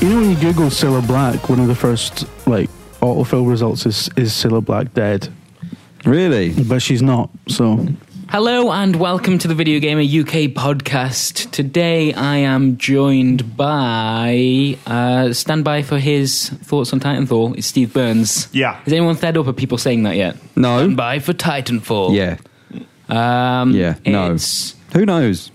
You know when you Google Cilla Black, one of the first like autofill results is is Cilla Black dead, Really? but she's not. So Hello and welcome to the Video Gamer UK podcast. Today I am joined by uh, standby for his thoughts on Titanfall. It's Steve Burns. Yeah. Is anyone fed up of people saying that yet? No. Standby for Titanfall. Yeah. Um, Yeah. No. It's Who knows?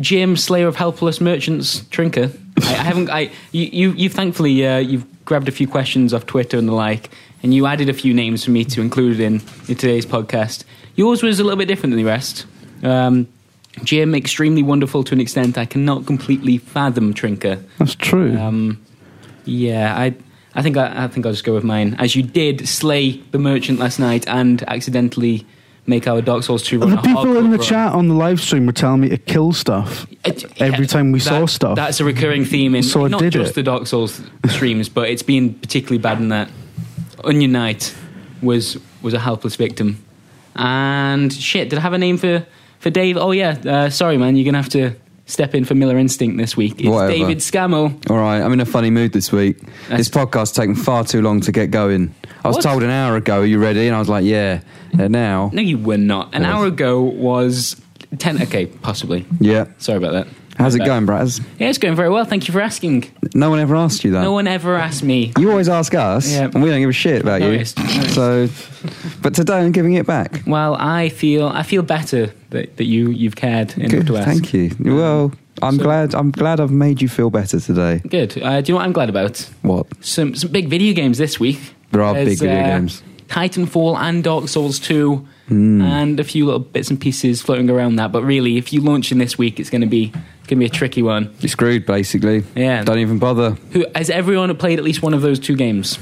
Jim Slayer of Helpless Merchants Trinker. I, I haven't. I you you, you thankfully uh, you've grabbed a few questions off Twitter and the like, and you added a few names for me to include in, in today's podcast. Yours was a little bit different than the rest. Um, Jim, extremely wonderful to an extent I cannot completely fathom Trinker. that's true. Um, yeah, I. I think I, I think I'll just go with mine. As you did slay the merchant last night and accidentally make our Dark Souls two run. the a people hog in the run. chat on the live stream were telling me to kill stuff. It- Every time we saw Uh, that- stuff. That's a recurring theme in So I not did just it. the Dark Souls streams, but it's been particularly bad in that Onion Knight was was a helpless victim. And shit, did I have a name for for Dave? Oh yeah, uh, sorry man, you're gonna have to step in for Miller Instinct this week. It's Whatever. David Scammo. All right, I'm in a funny mood this week. That's- This podcast's taken far too long to get going. I was What? told an hour ago, are you ready? And I was like, yeah. And now, No, you were not. An Was. hour ago was ten. Okay, possibly. yeah. Sorry about that. How's it Uh, going, Braz? Yeah, it's going very well. Thank you for asking. No one ever asked you that. No one ever asked me. You always ask us, Yeah. and we don't give a shit about you. Noticed, noticed. So, but today I'm giving it back. Well, I feel I feel better that, that you you've cared enough Good, to ask. thank you. Well, I'm so- glad. I'm glad I've made you feel better today. Good. Uh, do you know what I'm glad about? What? Some some big video games this week. There are big There's, uh, video games. Hmm. Titanfall and Dark Souls 2, and a few little bits and pieces floating around that. But really, if you launch in this week, it's going to be it's going to be a tricky one. You're screwed, basically. Yeah. Don't even bother. Who has everyone played at least one of those two games?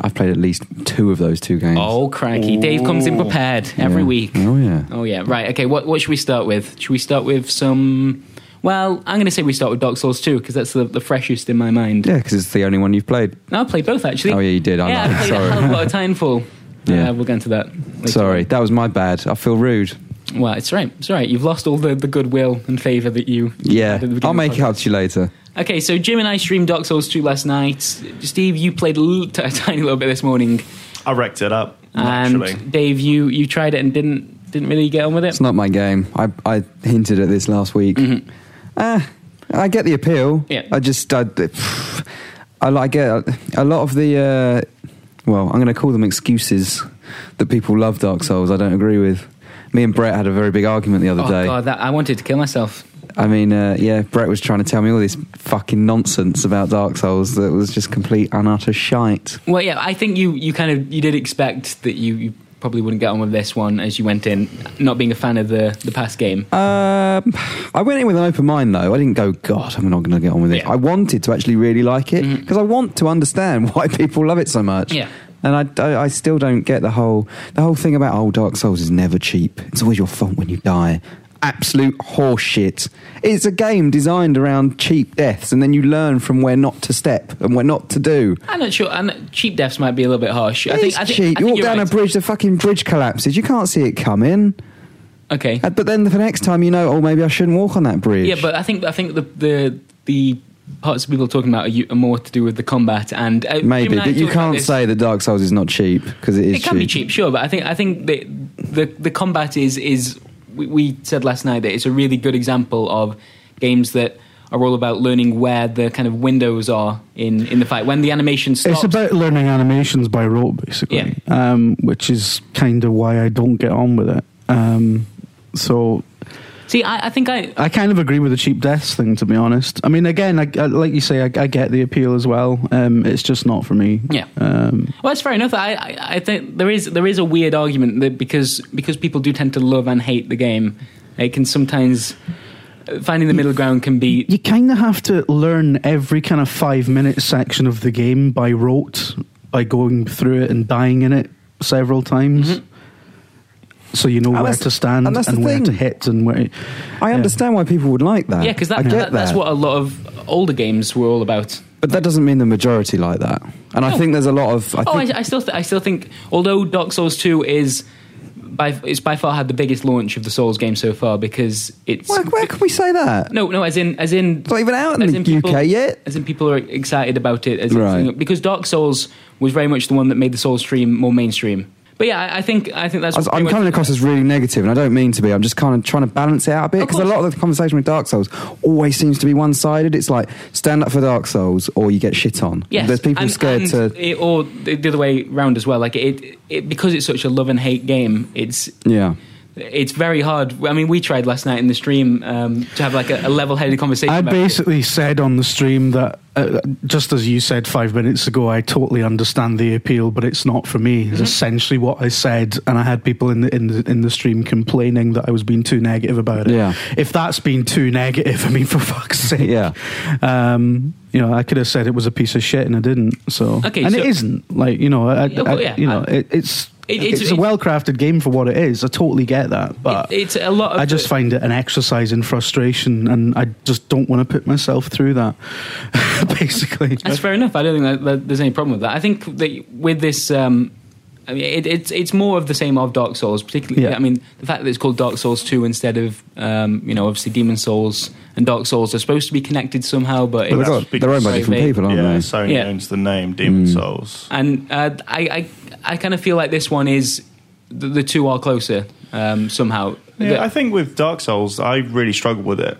I've played at least two of those two games. Oh cranky! Dave comes in prepared every Yeah. week. Oh yeah. Oh yeah, right. Okay, what what should we start with? Should we start with some? Well, I'm going to say we start with Dark Souls 2 because that's the, the freshest in my mind. Yeah, because it's the only one you've played. No, I played both actually. Oh, yeah, you did, I yeah, know. I played Sorry. a hell of a lot of Titanfall. Yeah. Yeah, we'll get into that. later. Sorry, that was my bad. I feel rude. Well, it's all right. It's all right. You've lost all the, the goodwill and favour that you. Yeah, had at the beginning I'll of make the it up to you later. podcast. Okay, so Jim and I streamed Dark Souls 2 last night. Steve, you played a, little, t- a tiny little bit this morning, I wrecked it up. and Naturally. Dave, you you tried it and didn't didn't really get on with it. It's not my game. I, I hinted at this last week. Ah, I get the appeal. Mm-hmm. Yeah. I just I, I like it. A lot of the uh, well, I'm going to call them excuses that people love Dark Souls. I don't agree with. Me and Brett had a very big argument the other oh day. god, that, I wanted to kill myself. I mean, uh, yeah, Brett was trying to tell me all this fucking nonsense about Dark Souls that was just complete and utter shite. Well, yeah, I think you, you kind of you did expect that you, you probably wouldn't get on with this one as you went in, not being a fan of the, the past game. Um, I went in with an open mind though. I didn't go, God, I'm not going to get on with it. Yeah. Mm-hmm. I wanted to actually really like it because I want to understand why people love it so much. Yeah. And I, I, I still don't get the whole the whole thing about oh Dark Souls is never cheap. It's always your fault when you die. Absolute horseshit. It's a game designed around cheap deaths, and then you learn from where not to step and where not to do. I'm not sure. I'm not, cheap deaths might be a little bit harsh. I think, It's I think, cheap. I you think walk you're down right. a bridge, the fucking bridge collapses. You can't see it coming. Okay. Uh, But then the next time you know, oh, maybe I shouldn't walk on that bridge. Yeah, but I think I think the the the parts of people are talking about are, you, are more to do with the combat and uh, Jim Maybe, and I but you talked about can't this. say that Dark Souls is not cheap because it is. it can be cheap, sure, but I think I think the the, the combat is is we, we said last night that it's a really good example of games that are all about learning where the kind of windows are in in the fight when the animation stops. It's about learning animations by rote, basically, um, which is kind of why I don't get on with it. Um, so See, I, I think I. I kind of agree with the cheap deaths thing, to be honest. I mean, again, I, I, like you say, I, I get the appeal as well. Um, it's just not for me. Yeah. Um, Well, that's fair enough. I, I, I think there is there is a weird argument that because because people do tend to love and hate the game, it can sometimes finding the middle ground can be you kind of have to learn every kind of five minute section of the game by rote by going through it and dying in it several times. So you know Mm-hmm. And where that's- to stand and that's and, the where thing. to hit and where. I Yeah. understand why people would like that. yeah because I that, get that, that's that. what a lot of older games were all about. But that doesn't mean the majority like that. And I No. think there's a lot of. I oh, think, I, I still th- I still think although Dark Souls two is by it's by far had the biggest launch of the Souls game so far because it's Where, where can we say that? no no as in as in It's not even out in the UK yet. as in people are excited about it as in- Right. because Dark Souls was very much the one that made the Souls stream more mainstream. But yeah, I, I think I think that's I was- pretty I'm much- coming across as really negative, and I don't mean to be. I'm just kind of trying to balance it out a bit Of because a course. lot of the conversation with Dark Souls always seems to be one sided. It's like stand up for Dark Souls or you get shit on. Yes, There's people and- scared and to. it, or the the other way round as well. Like it, it because it's such a love and hate game. It's Yeah. it's very hard. I mean, we tried last night in the stream um, to have like a, a level-headed conversation. I about it. basically said on the stream that, uh, just as you said five minutes ago, I totally understand the appeal, but it's not for me. Mm-hmm. Is essentially what I said, and I had people in the in the in the stream complaining that I was being too negative about it. Yeah. If that's been too negative, I mean, for fuck's sake. Yeah. Um, you know, I could have said it was a piece of shit, and I didn't. So, Okay, and so- it isn't. Like you know, I, I- Yeah, well, yeah, you know, I- it, it's. It- it's- it's, a it's- well-crafted game for what it is. I totally get that, but It- it's a lot. Of I just find it an exercise in frustration, and I just don't want to put myself through that. Basically, That's fair enough. I don't think that, that there's any problem with that. I think that with this, um, I mean, it, it's it's more of the same of Dark Souls, particularly. Yeah. I mean, the fact that it's called Dark Souls Two instead of um, you know obviously Demon Souls and Dark Souls are supposed to be connected somehow, but But it's- they're, got, they're owned by very different vague. people, aren't yeah, they? Mm. Sony Yeah. owns the name Demon Souls. and uh, I I, I kind of feel like this one is the, the two are closer um, somehow. Yeah, The- I think with Dark Souls, I really struggled with it.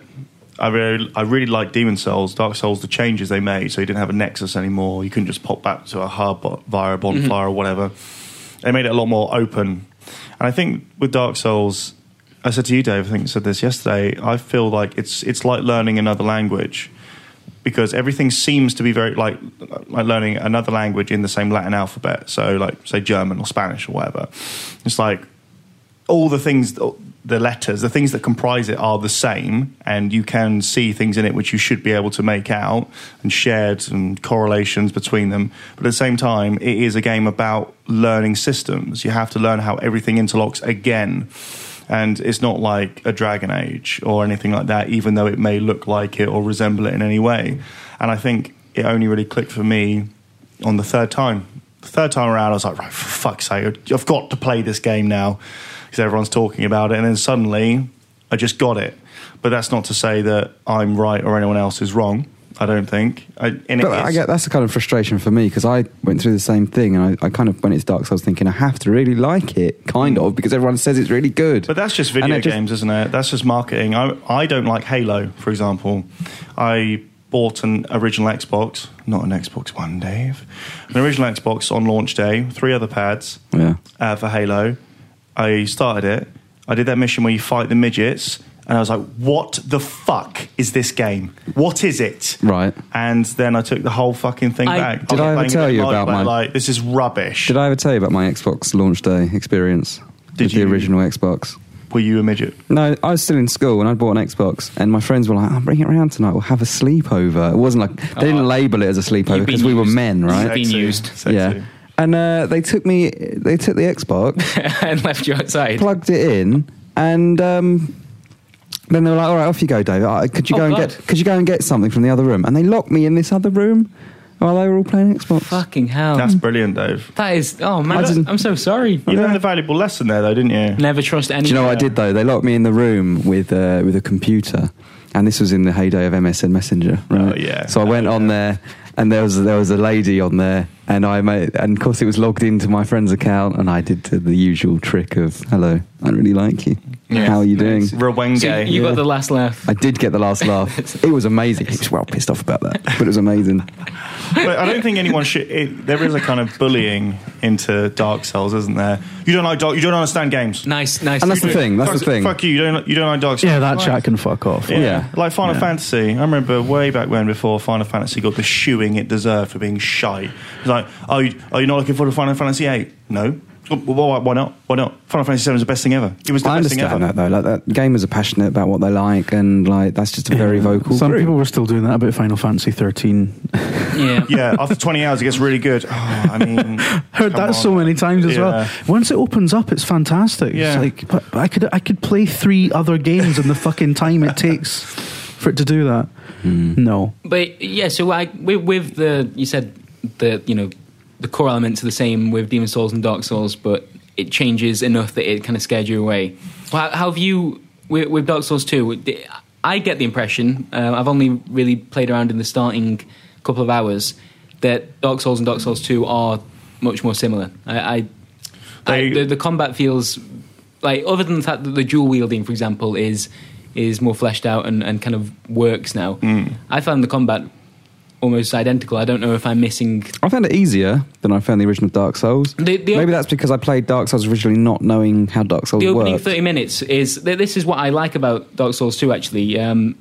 I really, I really like Demon Souls. Dark Souls, the changes they made, so you didn't have a nexus anymore. You couldn't just pop back to a hub via a bonfire or whatever. They made it a lot more open. And I think with Dark Souls, I said to you, Dave. I think I said this yesterday. I feel like it's it's like learning another language because everything seems to be very like like learning another language in the same Latin alphabet. So like say German or Spanish or whatever. It's like all the things, the letters, the things that comprise it are the same, and you can see things in it which you should be able to make out and shared and correlations between them. But at the same time, it is a game about learning systems. You have to learn how everything interlocks again. And it's not like a Dragon Age or anything like that, even though it may look like it or resemble it in any way. And I think it only really clicked for me on the third time. The third time around, I was like, right, for fuck's sake, I've got to play this game now because everyone's talking about it. And then suddenly, I just got it. But that's not to say that I'm right or anyone else is wrong. I don't think. I, and But it I is- get that's the kind of frustration for me because I went through the same thing, and I, I kind of when it's dark, so I was thinking I have to really like it, kind of, because everyone says it's really good. But that's just And video it just- games, isn't it? That's just marketing. I, I don't like Halo, for example. I bought an original Xbox, not an Xbox One, Dave. An original Xbox on launch day, three other pads Yeah. uh, for Halo. I started it. I did that mission where you fight the midgets, and I was like, what the fuck is this game? What is it? Right. And then I took the whole fucking thing I- back. Did was I ever playing a tell bit you of about multiplayer, my- Like, this is rubbish. Did I ever tell you about my Xbox launch day experience? Did with you? the original Xbox? Were you a midget? No, I was still in school and I bought an Xbox, and my friends were like, "I'll bring it around tonight. We'll have a sleepover." It wasn't like they didn't Oh. label it as a sleepover You've been because we were used. men, right? Being Sexy. used. Sexy. Yeah. And uh, they took me, they took the Xbox, and left you outside. plugged it in, and um, then they were like, "All right, off you go, David. Uh, Could you Oh, go and God. get? Could you go and get something from the other room?" And they locked me in this other room while they were all playing Xbox. Fucking Oh. hell. That's brilliant, Dave. That is. Oh man, I didn't- I'm so sorry. You learned a valuable lesson there, though, didn't you? Never trust anyone. Do you know what I did though? They locked me in the room with uh, with a computer, and this was in the heyday of MSN Messenger. Right? Oh, yeah. So I went on there, and there was there was a lady on there, and I made, and of course it was logged into my friend's account, and I did the usual trick of hello, I really like you. Yeah. How are you doing? Rwenge. So you got the last laugh. I did get the last laugh. It was amazing. He was well pissed off about that, but it was amazing. but I don't think anyone should. It, there is a kind of bullying into Dark Souls, isn't there? You don't like Dark. You don't understand games. Nice, nice. And that's the thing. That's fuck, the thing. Fuck you. You don't. You don't like Dark Souls. yeah, that Right. chat can fuck off. Yeah. Yeah. like Final Yeah. Fantasy. I remember way back when, before Final Fantasy got the shoeing it deserved for being shy. It's like, oh, you, are you not looking forward to Final Fantasy Eight? No. "Oh, Well, Why, why not? Why not? Final Fantasy Seven is the best thing ever. It was the I best thing ever. understand that though. Like that gamers are passionate about what they like, and like that's just a very vocal. Some group. people were still doing that about Final Fantasy 13. Yeah. Yeah, after 20 hours, it gets really good. Oh, I mean, Heard come that on. so many times as Yeah. well. Once it opens up, it's fantastic. Yeah. It's like, but, but I could I could play three other games in the fucking time it takes for it to do that. No, But yeah, so like with, with the you said the you know the core elements are the same with Demon Souls and Dark Souls, but it changes enough that it kind of scared you away. Well, how, how have you with, with Dark Souls Two? I get the impression um, I've only really played around in the starting couple of hours that Dark Souls and Dark Souls Two are much more similar. I, I, They- I the, the combat feels like other than the fact that the dual wielding, for example, is is more fleshed out and, and kind of works now. I found the combat almost identical. I don't know if I'm missing I found it easier than I found the original Dark Souls. The- the- Maybe that's because I played Dark Souls originally not knowing how Dark Souls the opening worked. 30 minutes is th- this is what i like about dark souls 2 actually um,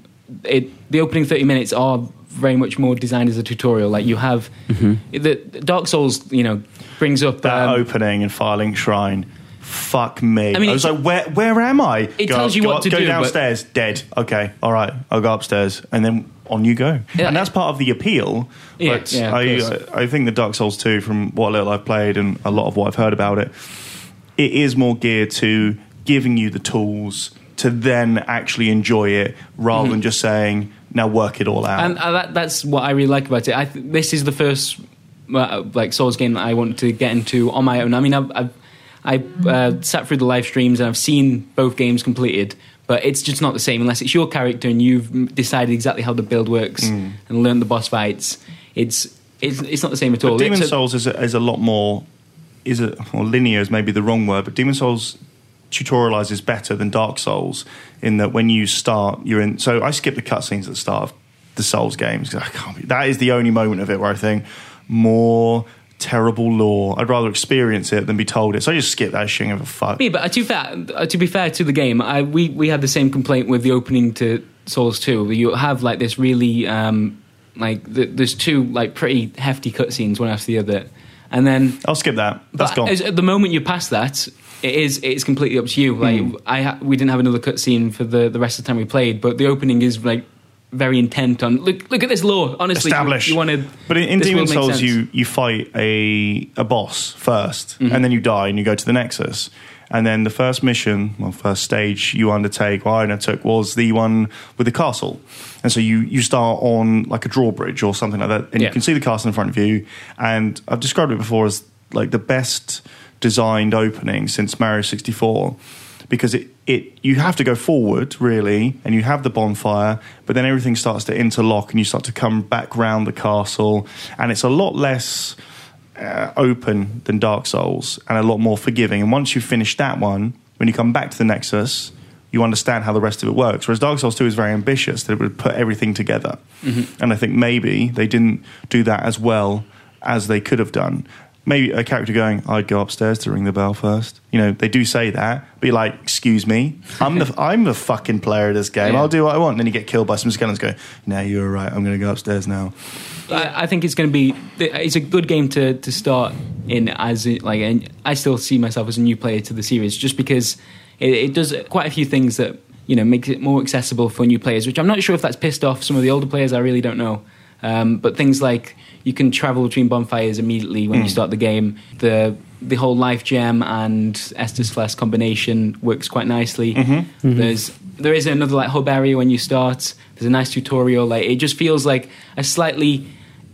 it, the opening 30 minutes are very much more designed as a tutorial like you have the dark souls you know brings up that um, opening and Firelink Shrine. Fuck me. I I, mean, was it- like, where where am I? It tells you go what to go do, but- downstairs, dead. Okay, all right, I'll go upstairs, and then on you go. Yeah, and that's part of the appeal. Yeah, but yeah, of course. I, I I think the Dark Souls 2, from what little I've played and a lot of what I've heard about it, it is more geared to giving you the tools to then actually enjoy it, rather than just saying, now work it all out. Mm-hmm. and uh, that, that's what i really like about it I th- this is the first uh, like souls game that i want to get into on my own i mean i've, I've I uh, sat through the live streams and I've seen both games completed, but it's just not the same unless it's your character and you've m- decided exactly how the build works Hmm. and learned the boss fights. It's it's it's not the same at all. But Demon It's a- Souls is a, is a lot more is a or linear is maybe the wrong word, but Demon Souls tutorializes better than Dark Souls in that when you start, you're in. So I skip the cutscenes at the start of the Souls games 'cause I can't. Be, that is the only moment of it where I think more terrible lore. I'd rather experience it than be told it. So I just skip that shit and give a fuck. Yeah, but uh, to, be fair, uh, to be fair to the game, I, we, we had the same complaint with the opening to Souls 2, where you have like this really, um, like, th- there's two like pretty hefty cutscenes one after the other. And then I'll skip that. That's but gone. as- at the moment you pass that, it is it's completely up to you. Like Hmm. I, ha- we didn't have another cutscene for the the rest of the time we played, but the opening is like very intent on look look at this law. Honestly, you- Establish. You, want to, but in, in Demon Souls, you you fight a a boss 1st Mm-hmm. and then you die, and you go to the Nexus, and then the first mission, well, first stage you undertake, well, I undertook was the one with the castle, and so you you start on like a drawbridge or something like that, and Yeah. you can see the castle in front of you, and I've described it before as like the best designed opening since Mario sixty four. Because it, it you have to go forward really, and you have the bonfire, but then everything starts to interlock, and you start to come back round the castle, and it's a lot less uh, open than Dark Souls and a lot more forgiving. And once you finish that one, when you come back to the Nexus, you understand how the rest of it works. Whereas Dark Souls 2 is very ambitious that it would put everything together. Mm-hmm. And I think maybe they didn't do that as well as they could have done. Maybe a character going, I'd go upstairs to ring the bell first. You know, they do say that, but you're like, excuse me, I'm the I'm the fucking player of this game. Yeah. I'll do what I want. And then you get killed by some skeletons go, No, you're right, I'm gonna go upstairs now. I, I think it's going to be it's a good game to to start in as a- like and I still see myself as a new player to the series just because it, it does quite a few things that you know makes it more accessible for new players, which I'm not sure if that's pissed off some of the older players. I really don't know. Um, but things like you can travel between bonfires immediately when you start the game. The the whole life gem and Estus Flask combination works quite nicely. There's there is another like hub area when you start. There's a nice tutorial. Like it just feels like a slightly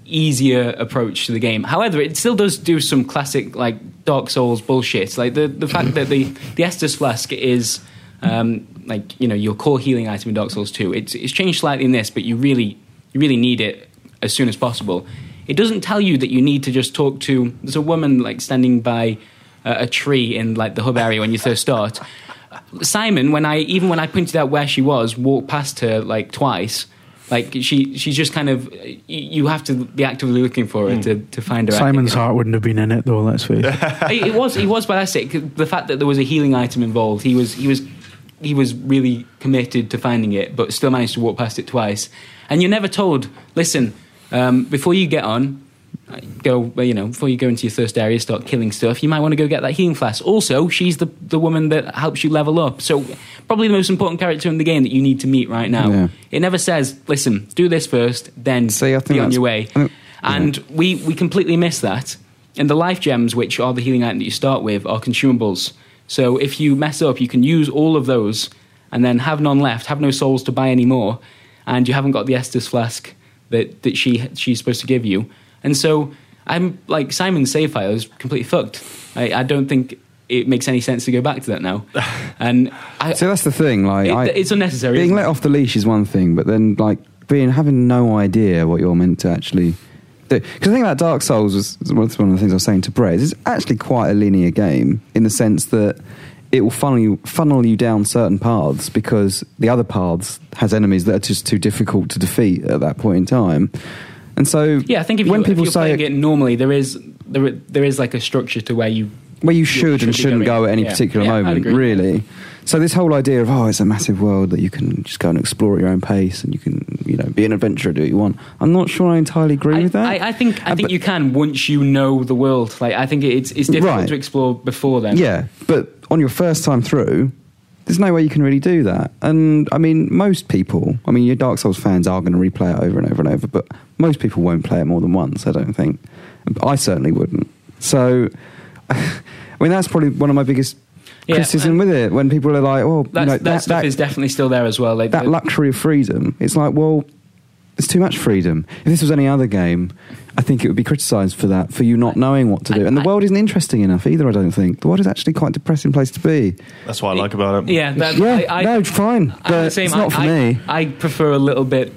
easier approach to the game. However, it still does do some classic like Dark Souls bullshit. Like the the fact that the the Estus Flask is um, like you know your core healing item in Dark Souls Two. It's it's changed slightly in this, but you really you really need it as soon as possible. It doesn't tell you that you need to just talk to. There's a woman like standing by uh, a, a tree in like the hub area when you first start. Simon, when I even when I pointed out where she was, walked past her like twice. Like she, she's just kind of. You, you have to be actively looking for her to, to find her. Simon's I- heart wouldn't have been in it, though, let's face it. it, it was he was by that sick. The fact that there was a healing item involved, he was he was he was really committed to finding it, but still managed to walk past it twice. And you're never told. Listen, um, before you get on, go well, you know before you go into your first area, start killing stuff. You might want to go get that healing flask. Also, she's the the woman that helps you level up. So probably the most important character in the game that you need to meet right now. Yeah. It never says, listen, do this first, then See, I think be on that's- your way. I think- And we, we completely miss that. And the life gems, which are the healing item that you start with, are consumables. So if you mess up, you can use all of those and then have none left, have no souls to buy anymore, and you haven't got the Estus flask that, that she she's supposed to give you. And so I'm like Simon's save file is completely fucked. I, I don't think it makes any sense to go back to that now. And I, So that's the thing. Like, It- I, it's unnecessary, Being isn't let it? off the leash is one thing, but then like being having no idea what you're meant to actually. Because the thing about Dark Souls was was one of the things I was saying to Brett. is It's actually quite a linear game in the sense that it will funnel you, funnel you down certain paths because the other paths has enemies that are just too difficult to defeat at that point in time. And so, yeah, I think if, when you, people if you're say playing it normally, there is there, there is like a structure to where you where you you should and should be shouldn't going. go at any Yeah. particular Yeah, I'd moment, agree. really. So this whole idea of oh, it's a massive world that you can just go and explore at your own pace, and you can you know be an adventurer, do what you want. I'm not sure I entirely agree I, with that. I, I think I Uh, think but- you can once you know the world. Like I think it's it's difficult Right. to explore before then. Yeah, but on your first time through, there's no way you can really do that. And I mean, most people, I mean, your Dark Souls fans are going to replay it over and over and over, but most people won't play it more than once, I don't think. I certainly wouldn't. So, I mean, that's probably one of my biggest Yeah, criticism and- with it when people are like, oh, That's, no, that, stuff is definitely still there as well. Like that the- luxury of freedom. It's like, well, it's too much freedom. If this was any other game, I think it would be criticised for that, for you not knowing what to do. I- And the I- world isn't interesting enough either. I don't think the world is actually quite a depressing place to be. That's what I like about it. yeah, that, yeah, I, I, no, fine, I'm the but same. it's not for I, I, me. I prefer a little bit.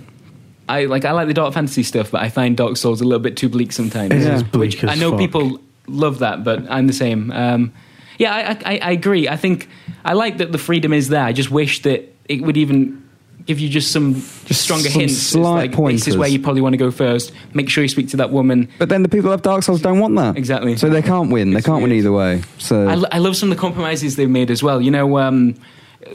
I like I like the dark fantasy stuff, but I find Dark Souls a little bit too bleak sometimes. It Yeah. is bleak Which as I know fuck. people love that, but I'm the same. Um, yeah, I, I, I agree. I think I like that the freedom is there. I just wish that it would even give you just some Just stronger some hints. It's slight like, this is pointers. where you probably want to go first. Make sure you speak to that woman. but then the people who have Dark Souls don't want that. Exactly. So they can't win. They It's can't win weird. either way. So I, lo- I love some of the compromises they've made as well. You know, um,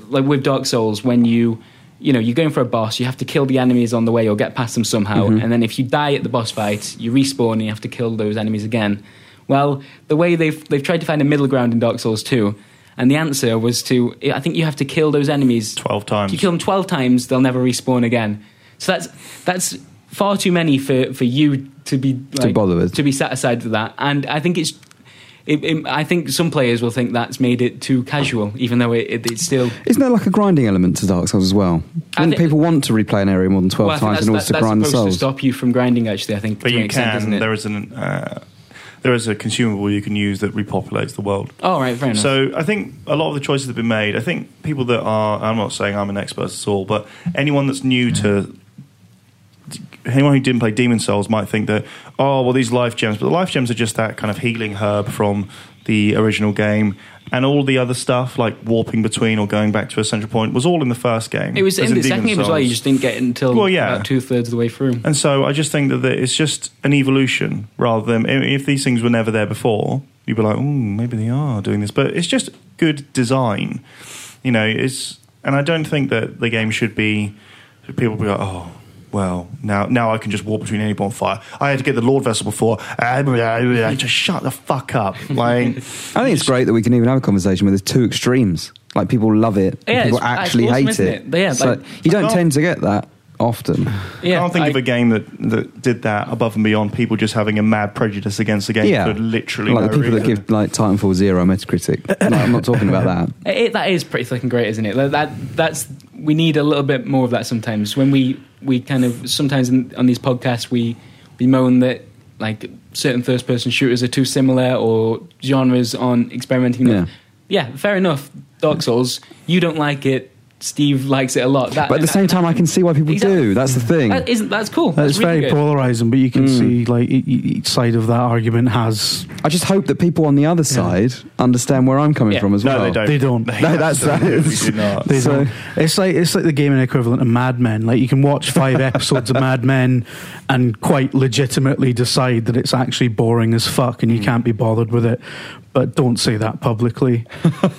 like with Dark Souls, when you you know you're going for a boss, you have to kill the enemies on the way or get past them somehow, and then if you die at the boss fight, you respawn and you have to kill those enemies again. Well, the way they've they've tried to find a middle ground in Dark Souls 2, and the answer was to I think you have to kill those enemies 12 If times. you kill them twelve times, they'll never respawn again. So that's that's far too many for for you to be To bother with. to be satisfied with that. And I think it's, it, it, I think some players will think that's made it too casual, even though it, it, it's still. isn't there like a grinding element to Dark Souls as well? I Wouldn't thi- people want to replay an area more than twelve Well, I think times that's, in order that- to that's grind the supposed to souls? stop you from grinding. Actually, I think. But to an you extent, can. isn't it? There is an uh, there is a consumable you can use that repopulates the world. Oh right, fair enough. So I think a lot of the choices that have been made. I think people that are. I'm not saying I'm an expert at all, but anyone that's new to Mm-hmm. anyone who didn't play Demon Souls might think that oh well these life gems, but the life gems are just that kind of healing herb from the original game. And all the other stuff, like warping between or going back to a central point, was all in the first game. it was As in the Demon's second game as well. You Souls. just didn't get it until Well, yeah. about two thirds of the way through. And so I just think that the- it's just an evolution rather than i- if these things were never there before, you'd be like, oh, maybe they are doing this. But it's just good design. You know, it's, and I don't think that the game should be, people be like, oh, well, now now I can just walk between any bonfire. I had to get the Lord vessel before. Just shut the fuck up. Like, I think it's great that we can even have a conversation where there's two extremes. Like people love it, Yeah, and people it's- it's actually awesome, hate isn't it. it? Yeah, So like- you don't Well- tend to get that often. Yeah, I can't think of a game that, that did that above and beyond people just having a mad prejudice against the game yeah, for literally like no the people that reason. give like Titanfall zero Metacritic. Like, I'm not talking about that. It, that is pretty fucking great, isn't it? That, that that's we need a little bit more of that sometimes. When we we kind of sometimes in, on these podcasts we we moan that like certain first person shooters are too similar or genres aren't experimenting. enough. yeah, fair enough. Dark Souls, you don't like it. Steve likes it a lot. That, But at the same time, I can see why people Exactly. Uh, do. That's the Mm. thing. that isn't that's cool. That's, It's really very good. polarizing, but you can see like e- e- each side of that argument has. I just hope that people on the other side understand where I'm coming Yeah. from as No, well. they don't. They don't. No, that's- absolutely do not. They So- don't- It's like it's like the gaming equivalent of Mad Men. Like you can watch five episodes of Mad Men and quite legitimately decide that it's actually boring as fuck Hmm. and you can't be bothered with it. But don't say that publicly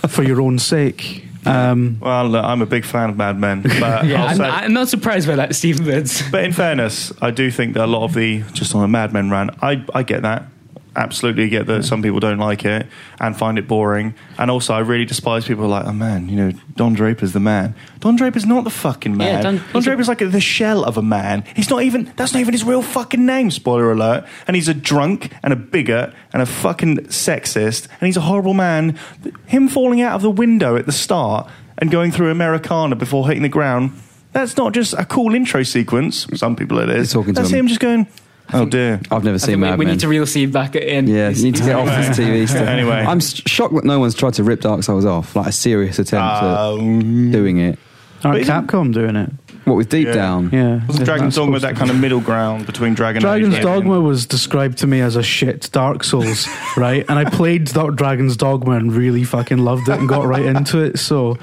for your own sake. Um, Well, look, I'm a big fan of Mad Men, but Yeah, I'll I'm, say, I'm not surprised by that, Steve. That's but in fairness, I do think that a lot of the just on a Mad Men rant, I I get that. Absolutely get that some people don't like it and find it boring. And also, I really despise people like, oh man, you know, Don Draper's the man. Don Draper's not the fucking man. Don- Don, he's a- Draper's like the shell of a man. He's not even, that's not even his real fucking name, spoiler alert. And he's a drunk and a bigot and a fucking sexist and he's a horrible man. Him falling out of the window at the start and going through Americana before hitting the ground, that's not just a cool intro sequence. Some people it is. You're talking to that's him. him just going, Oh dear. I've never I seen think we, Mad we Men. need to reel Steve back in. yeah, you need to get off Anyway. this TV stuff. Anyway. I'm s- shocked that no one's tried to rip Dark Souls off, like a serious attempt Um, at doing it. Aren't But isn't- Capcom doing it? What with Deep Yeah. Down? Yeah. Wasn't Dragon's Dogma that kind of middle ground between Dragon Dragon's Age and- Dogma was described to me as a shit Dark Souls, right? And I played that Dragon's Dogma and really fucking loved it and got right into it. So,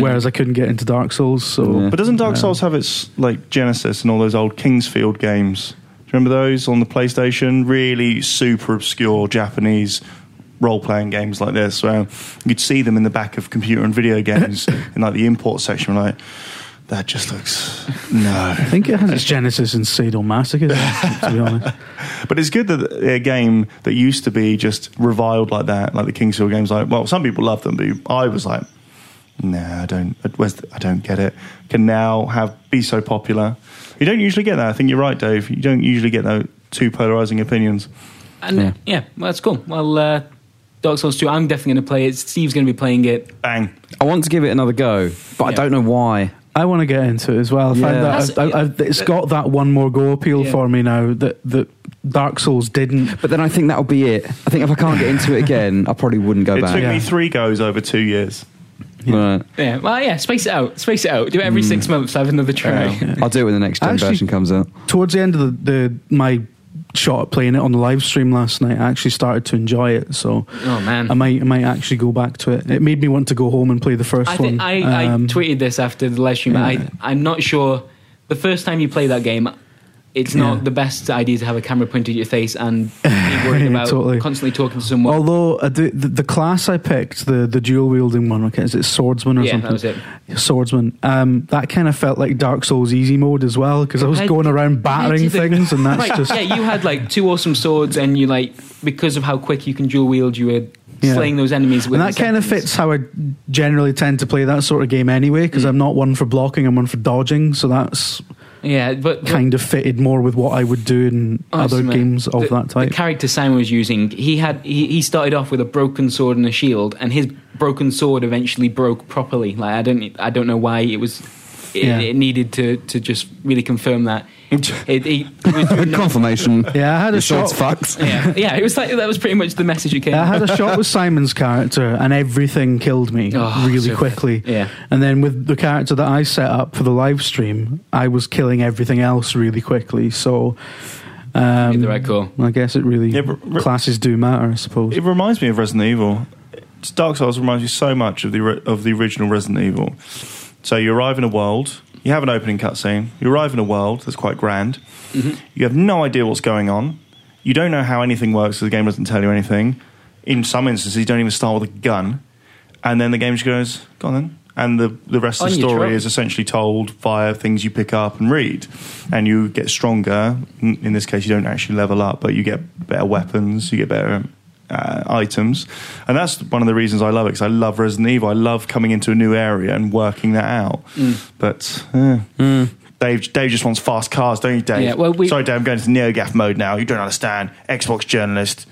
whereas I couldn't get into Dark Souls, so Yeah. But doesn't Dark Souls have its like Genesis and all those old Kingsfield games? Do you remember those on the PlayStation? Really super obscure Japanese role-playing games like this, where you'd see them in the back of computer and video games in like the import section. Like that just looks no. I think it has its genesis in sadomasochism. to be honest, But it's good that a game that used to be just reviled like that, like the Kingsfield games, like well, some people love them, but I was like, nah, I don't, where's the, I don't get it. Can now have be so popular. You don't usually get that. I think you're right, Dave. You don't usually get those two polarizing opinions. And Yeah. yeah, well, that's cool. Well, uh, Dark Souls 2, I'm definitely going to play it. Steve's going to be playing it. Bang. I want to give it another go, but I Yeah. don't know why. I want to get into it as well. I Yeah. find That's- that I, I, I, it's got that one more go appeal Yeah. for me now that that Dark Souls didn't. But then I think that'll be it. I think if I can't get into it again, I probably wouldn't go It took back. me Yeah. three goes over two years. Right. Yeah, well, yeah, space it out. Space it out. Do it every Mm. six months. Have another try. I'll do it when the next gen Actually- version comes out. towards the end of the, the my shot at playing it on the live stream last night, I actually started to enjoy it. So Oh, man. I might I might actually go back to it. It made me want to go home and play the first I, one. think I, I Um, tweeted this after the live stream. Yeah. I, I'm not sure. The first time you play that game, it's not Yeah. the best idea to have a camera pointed at your face and be worried about Totally. constantly talking to someone. Although uh, the, the the class I picked, the the dual wielding one, okay, is it swordsman or Yeah, that something? was it. Swordsman. Um, that kind of felt like Dark Souls easy mode as well because I was I- going around battering did it. things, and that's right, just yeah, you had like two awesome swords, and you like because of how quick you can dual wield, you were Yeah. slaying those enemies. With and that kind of seconds. fits how I generally tend to play that sort of game anyway because Mm. I'm not one for blocking, I'm one for dodging, so that's Yeah, but but kind of fitted more with what I would do in honestly, other man, games of Oh, the- that The type. character Simon was using, he had he, he started off with a broken sword and a shield, and his broken sword eventually broke properly. Like I don't I don't know why it was. It, Yeah. it needed to, to just really confirm that. It, it, it was doing no- Confirmation. yeah, I had a Your sword's shot. fucked. yeah, yeah, it was like that was pretty much the message you came. I had a shot with Simon's character, and everything killed me Oh, really so bad. quickly. Yeah. And then with the character that I set up for the live stream, I was killing everything else really quickly. So, Made um, the right call. I guess it really Yeah, but- but- classes do matter, I suppose. It reminds me of Resident Evil. It's- Dark Souls reminds me so much of the ri- of the original Resident Evil. So you arrive in a world, you have an opening cutscene. You arrive in a world that's quite grand. You have no idea what's going on. You don't know how anything works. 'cause The game doesn't tell you anything. In some instances, you don't even start with a gun, and then the game just goes, "Go on then." And the, the rest of the On your story trail. is essentially told via things you pick up and read, and you get stronger. In in this case, you don't actually level up, but you get better weapons, you get better uh, items, and that's one of the reasons I love it because I love Resident Evil. I love coming into a new area and working that out. But eh. Dave, Dave just wants fast cars, don't you, Dave? Yeah, well, we- Sorry, Dave, I'm going to NeoGAF mode now. You don't understand. Xbox journalist.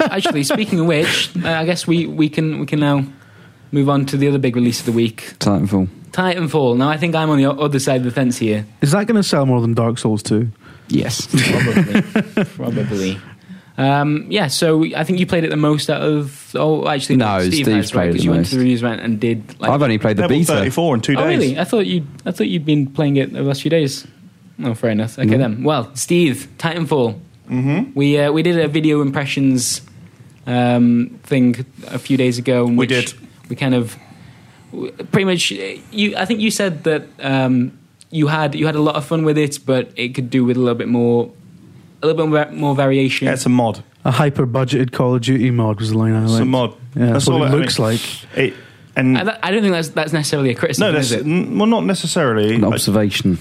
Actually, speaking of which, uh, I guess we, we can we can now move on to the other big release of the week, Titanfall. Titanfall. Now I think I'm on the o- other side of the fence here. Is that going to sell more than Dark Souls 2? Yes, probably, probably. Um, yeah, so I think you played it the most out of. Oh, actually, No, Steve Steve's has, right? played it Because the you went most. to the reviews event and did. Like, I've only played the Level beta. 34 in two oh, days. really? I thought you. I thought you'd been playing it the last few days. Oh, fair enough. Mm-hmm. Okay, then. Well, Steve, Titanfall. Mm-hmm. We uh, we did a video impressions um, thing a few days ago. in We which did. We kind of w- pretty much. uh, You, I think you said that um, you had you had a lot of fun with it, but it could do with a little bit more, a little bit more- more variation. Yeah, it's a mod. A hyper budgeted Call of Duty mod was the line I liked. It's a mod. Yeah, that's, what, all it I looks mean. like. It, and I, don't- I don't think that's that's necessarily a criticism. no, that's is it? n- well, not necessarily. An I- observation.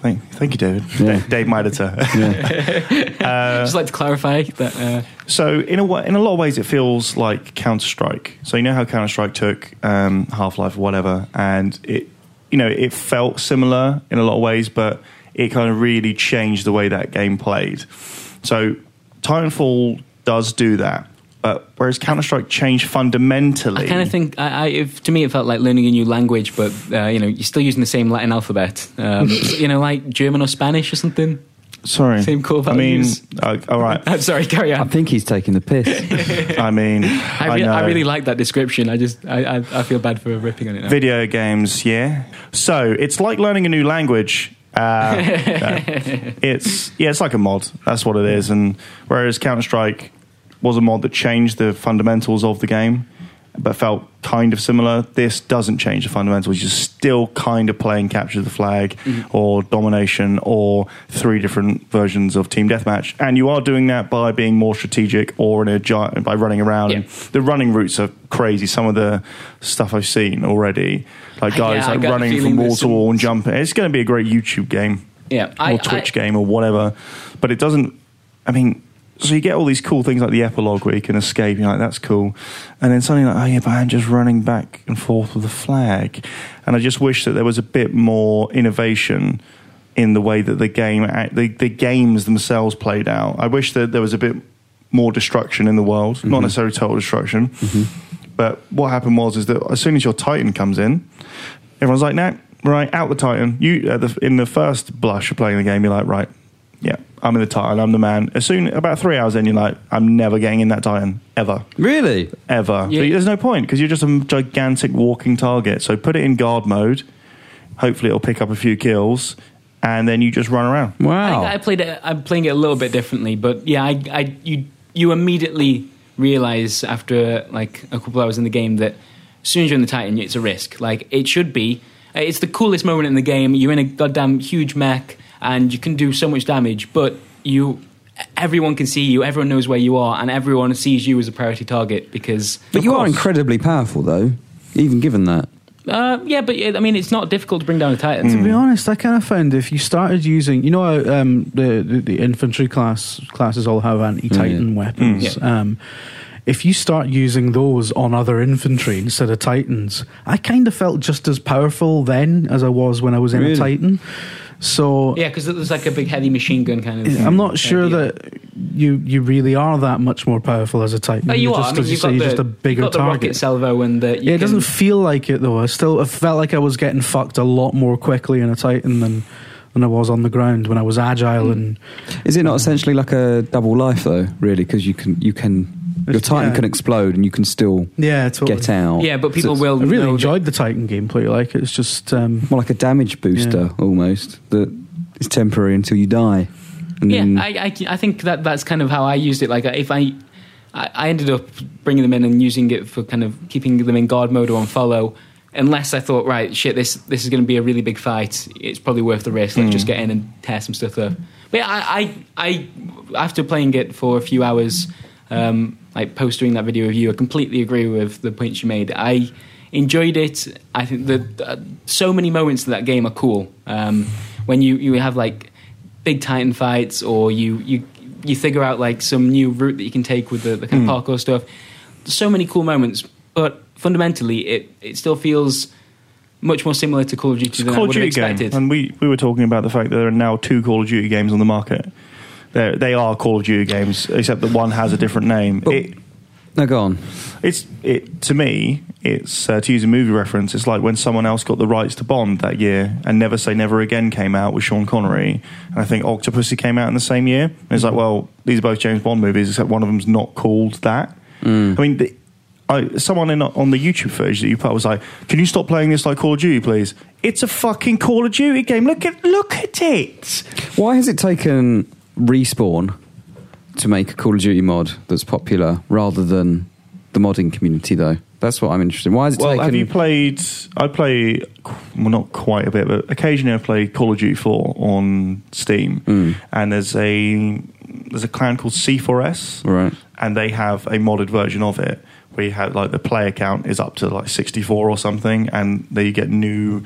Thank, thank you, David. Yeah. Da- Dave, my editor. Just like to clarify that. Uh, so in a way, in a lot of ways, it feels like Counter Strike. So you know how Counter Strike took um, Half Life, whatever, and it, you know, it felt similar in a lot of ways, but it kind of really changed the way that game played. So Titanfall does do that, but whereas Counter Strike changed fundamentally. I kind of think I, I if, to me it felt like learning a new language, but uh, you know you're still using the same Latin alphabet. Um, you know, like German or Spanish or something. Sorry. Same core I mean, values. uh, all right. I'm sorry, carry I on. think he's taking the piss. I mean, I, I, re- know. I really like that description. I just I, I, I feel bad for ripping on it now. video games. Yeah. So it's like learning a new language. Uh, no. It's yeah, it's like a mod. That's what it is. And whereas Counter Strike was a mod that changed the fundamentals of the game, but felt kind of similar. This doesn't change the fundamentals. You're still kind of playing capture the flag Mm-hmm. or domination or three different versions of team deathmatch, and you are doing that by being more strategic or in a giant by running around. And Yeah. the running routes are crazy. Some of the stuff I've seen already, like Yeah, guys I got like the running feeling from wall there's to wall and jumping. It's going to be a great YouTube game Yeah, or Twitch game or whatever. But it doesn't. I mean, so you get all these cool things like the epilogue where you can escape. You're like, that's cool. And then suddenly, like, oh yeah, but I'm just running back and forth with the flag. And I just wish that there was a bit more innovation in the way that the game, act- the, the games themselves played out. I wish that there was a bit more destruction in the world, not necessarily total destruction. But what happened was is that as soon as your Titan comes in, everyone's like, "Nah, right, out the Titan." You at the, in the first blush of playing the game, you're like, "Right, yeah, I'm in the Titan, I'm the man." As soon about three hours in, you're like, "I'm never getting in that Titan ever, really? ever." Yeah. But there's no point because you're just a gigantic walking target. So put it in guard mode. Hopefully, it'll pick up a few kills, and then you just run around. Wow. I, I played it. I'm playing it a little bit differently, but yeah, I, I you you immediately realize after like a couple hours in the game that as soon as you're in the Titan, it's a risk. Like it should be. Uh, It's the coolest moment in the game. You're in a goddamn huge mech, and you can do so much damage, but you. Everyone can see you. Everyone knows where you are, and everyone sees you as a priority target because. but you are incredibly powerful, though, even given that. Uh, yeah, but yeah, I mean, it's not difficult to bring down a Titan. To be honest, I kind of found if you started using, you know, how, um, the, the the infantry class classes all have anti-titan weapons. Mm. Um, if you start using those on other infantry instead of titans, I kind of felt just as powerful then as I was when I was in Really? a titan. So Yeah, because there's like a big heavy machine gun kind of. I'm not sure idea. that you you really are that much more powerful as a titan. Oh, you You're just, are. I mean, as you you've say, got you're the, just a bigger you've got the target. rocket salvo and the. you Yeah, it doesn't can- feel like it though. I still I felt like I was getting fucked a lot more quickly in a Titan than than I was on the ground when I was agile and Is it not essentially like a double life, though, really? Because you can, you can, your It's- Titan yeah. can explode and you can still yeah, totally. get out. yeah, but So people it's will I really know enjoyed the Titan gameplay. Like it's just um, More like a damage booster, almost, that is temporary until you die. And That, yeah, then- I, I, I think that that's kind of how I used it. Like uh, if I, I, I ended up bringing them in and using it for kind of keeping them in guard mode or on follow. Unless I thought, right, shit, this this is going to be a really big fight. It's probably worth the risk. Let's just get in and tear some stuff up. But yeah, I, I, I after playing it for a few hours, um, like post doing that video review, I completely agree with the points you made. I enjoyed it. I think that uh, so many moments of that game are cool. Um, when you, you have like big titan fights, or you you you figure out like some new route that you can take with the, the kind Hmm. of parkour stuff. So many cool moments, but fundamentally, it it still feels much more similar to Call of Duty It's a than I Call of would have Duty game, expected. and we, we were talking about the fact that there are now two Call of Duty games on the market. They're, they are Call of Duty games, except that one has a different name. But- It- no, go on. It's it to me. It's uh, to use a movie reference. It's like when someone else got the rights to Bond that year, and Never Say Never Again came out with Sean Connery, and I think Octopussy came out in the same year. And it's like, well, these are both James Bond movies, except one of them's not called that. I mean, the, I, someone in, on the YouTube footage that you put was like, "Can you stop playing this like Call of Duty, please?" It's a fucking Call of Duty game. Look at look at it. Why has it taken Respawn to make a Call of Duty mod that's popular rather than the modding community, though? That's what I'm interested in. Why has it Well, taken. have you played? I play, qu- well, not quite a bit, but occasionally I play Call of Duty 4 on Steam, and there's a there's a clan called C4S, Right. and they have a modded version of it where you have like the player count is up to like 64 or something, and they get new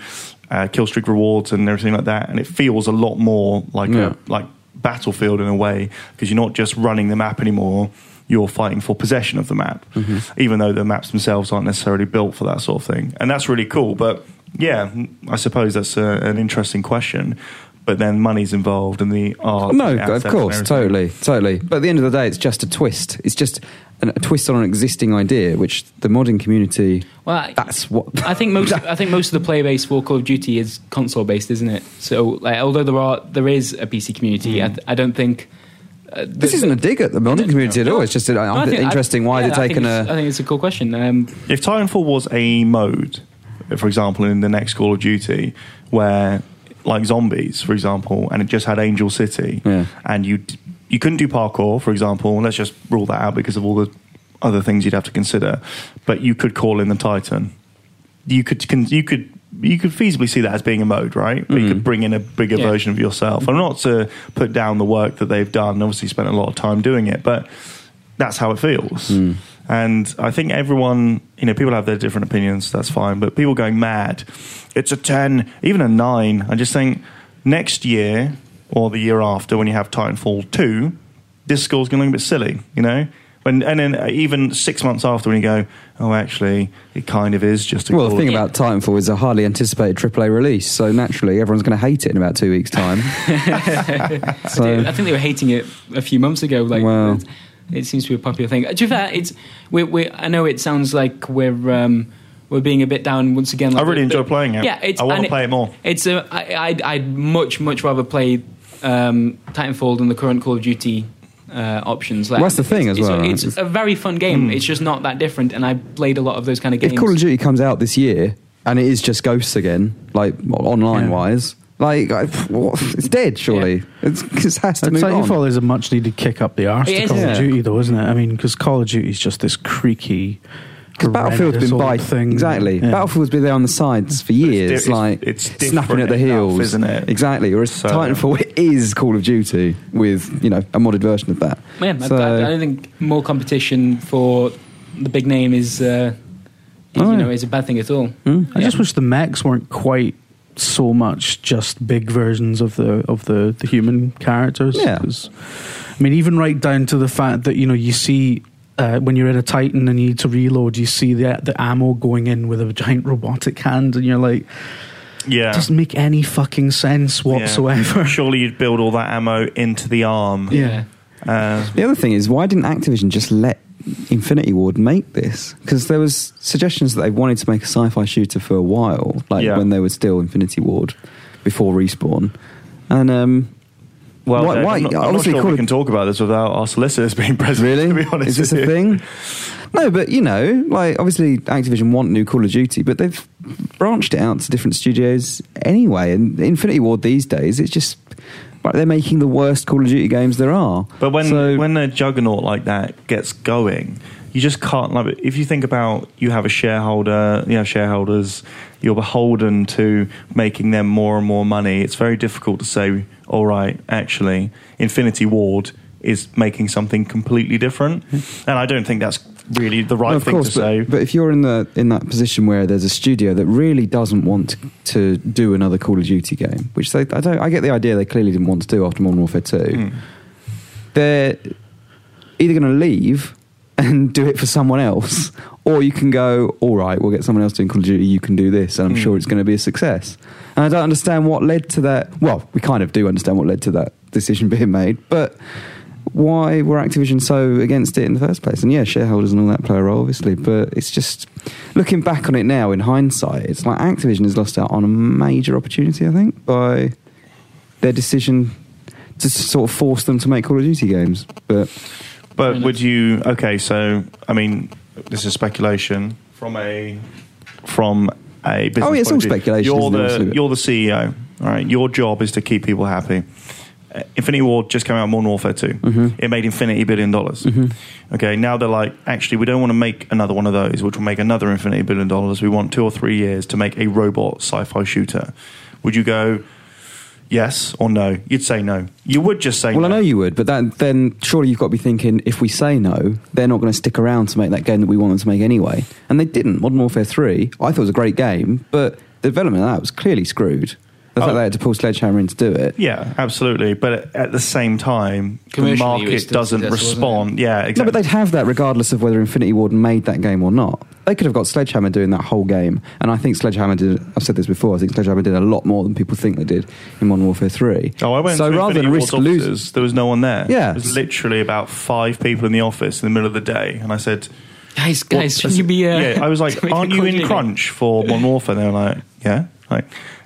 uh, kill streak rewards and everything like that, and it feels a lot more like Yeah. a like battlefield in a way because you're not just running the map anymore. You're fighting for possession of the map, Mm-hmm. even though the maps themselves aren't necessarily built for that sort of thing, and that's really cool. But yeah, I suppose that's a, an interesting question. But then money's involved and the art. No, the of assets and course, everything. totally, totally. But at the end of the day, it's just a twist. It's just an, a twist on an existing idea, which the modding community. Well, I- that's what I think most. I think most of the player base for Call of Duty is console based, isn't it? So, like, although there are there is a PC community, I, th- I don't think uh, Hmm. This isn't a dig at the modding community at all. It's just that I'm I think- I- interesting why yeah, they're I think taking it's- I a. think it's a cool question. Um, If Titanfall was a mode, for example, in the next Call of Duty, where like zombies, for example, and it just had Angel City, Yeah. and you d- you couldn't do parkour, for example. Let's just rule that out because of all the other things you'd have to consider. But you could call in the Titan. You could con- you could you could feasibly see that as being a mode, right? Where You could bring in a bigger Yeah. version of yourself. I'm not to put down the work that they've done. Obviously, spent a lot of time doing it, but that's how it feels. And I think everyone, you know, people have their different opinions. That's fine. But people going mad, it's a 10, even a 9. I just think next year or the year after when you have Titanfall 2, this score's going to look a bit silly, you know? When, and then even six months after when you go, oh, actually, it kind of is just a Well, the Call thing of- about Titanfall is a highly anticipated AAA release, so naturally everyone's going to hate it in about two weeks' time. so, I think they were hating it a few months ago. Like, Wow. it seems to be a popular thing. To be fair, it's we we I know it sounds like we're um, we're being a bit down once again. Like I really enjoy playing it. Yeah, it's, I wanna and play it more. It's a, I, I'd, I'd much much rather play um, Titanfall than the current Call of Duty. Uh, options. Like, Well, that's the thing it's, as well, right? It's, it's a very fun game. Hmm. It's just not that different, and I played a lot of those kind of games. if Call of Duty comes out this year and it is just Ghosts again, like online wise, like I, what, it's dead. Surely it's, it has to And move on. Titanfall is a much needed kick up the arse It to is, Call of isn't it? Duty, though, isn't it? I mean, because Call of Duty is just this creaky. Because Battlefield's horrendous been old by thing. exactly. Yeah. Battlefield's been there on the sides for years, di- it's- like it's snapping at different the enough, heels, isn't it? Exactly. Whereas So- Titanfall is Call of Duty with you know a modded version of that. Yeah, I- So- I, I don't think more competition for the big name is, uh, is, Oh, you yeah. Hmm. know, is a bad thing at all. I just wish the mechs weren't quite so much just big versions of the of the, the human characters. Yeah. 'Cause, I mean, even right down to the fact that you know you see. Uh, when you're in a Titan and you need to reload, you see the the ammo going in with a giant robotic hand, and you're like, Yeah. doesn't make any fucking sense Yeah. whatsoever. Surely you'd build all that ammo into the arm. Yeah. Uh, The other thing is, why didn't Activision just let Infinity Ward make this? Because there was suggestions that they wanted to make a sci-fi shooter for a while, like Yeah. when they were still Infinity Ward before respawn, and um, Well, Why- Dad, why- I'm not, I'm not obviously sure Call we of- can talk about this without our solicitors being present. Really? To be honest, is this with a you. thing? No, but you know, like obviously Activision want new Call of Duty, but they've branched it out to different studios anyway. And Infinity Ward these days, it's just like they're making the worst Call of Duty games there are. But when So- when a juggernaut like that gets going, you just can't love it. If you think about you have a shareholder, you have shareholders, you're beholden to making them more and more money. It's very difficult to say, all right, actually, Infinity Ward is making something completely different, and I don't think that's really the right Well, Hmm. of thing course, to but, say. but if you're in the in that position where there's a studio that really doesn't want to do another Call of Duty game, which they I don't I get the idea they clearly didn't want to do after Modern Warfare Two. Hmm. They're either going to leave and do it for someone else, or you can go. All right, we'll get someone else doing Call of Duty. You can do this, and I'm sure it's going to be a success. And I don't understand what led to that. Well, we kind of do understand what led to that decision being made, but why were Activision so against it in the first place? And yeah, shareholders and all that play a role, obviously. But it's just looking back on it now in hindsight, it's like Activision has lost out on a major opportunity, I think, by their decision to s- sort of force them to make Call of Duty games. But But enough. would you? Okay, so I mean, this is speculation from a from a business. Oh, yeah, it's point all of view. speculation, You're isn't it, the obviously? you're the CEO. All right, your job is to keep people happy. Uh, Infinity War just came out. Modern Warfare 2 Mm-hmm. It made infinity billion dollars. Okay, now they're like, actually, we don't want to make another one of those, which will make another infinity billion dollars. We want two or three years to make a robot sci-fi shooter. Would you go? Yes or no? You'd say no. You would just say well, I no. know you would, but that, then surely you've got to be thinking if we say no, they're not going to stick around to make that game that we want them to make anyway. And they didn't. Modern Warfare Three, I thought was a great game, but the development of that was clearly screwed. The fact Oh. that they had to pull Sledgehammer in to do it. Yeah, absolutely. But at the same time, the Commercially, it was market still doesn't successful, wasn't it? respond. Yeah, exactly. No, but they'd have that regardless of whether Infinity Ward made that game or not. They could have got Sledgehammer doing that whole game, and I think Sledgehammer did. I've said this before. I think Sledgehammer did a lot more than people think they did in Modern Warfare Three. Oh, I went so to rather Infinity than risk Ward's losing, offices, there was no one there. Yeah. There was literally about five people in the office in the middle of the day. And I said, Guys, what- guys, shouldn't you be? Uh, Yeah, I was like, making aren't you in coordinating?" crunch for Modern Warfare? And they were like, yeah. Like,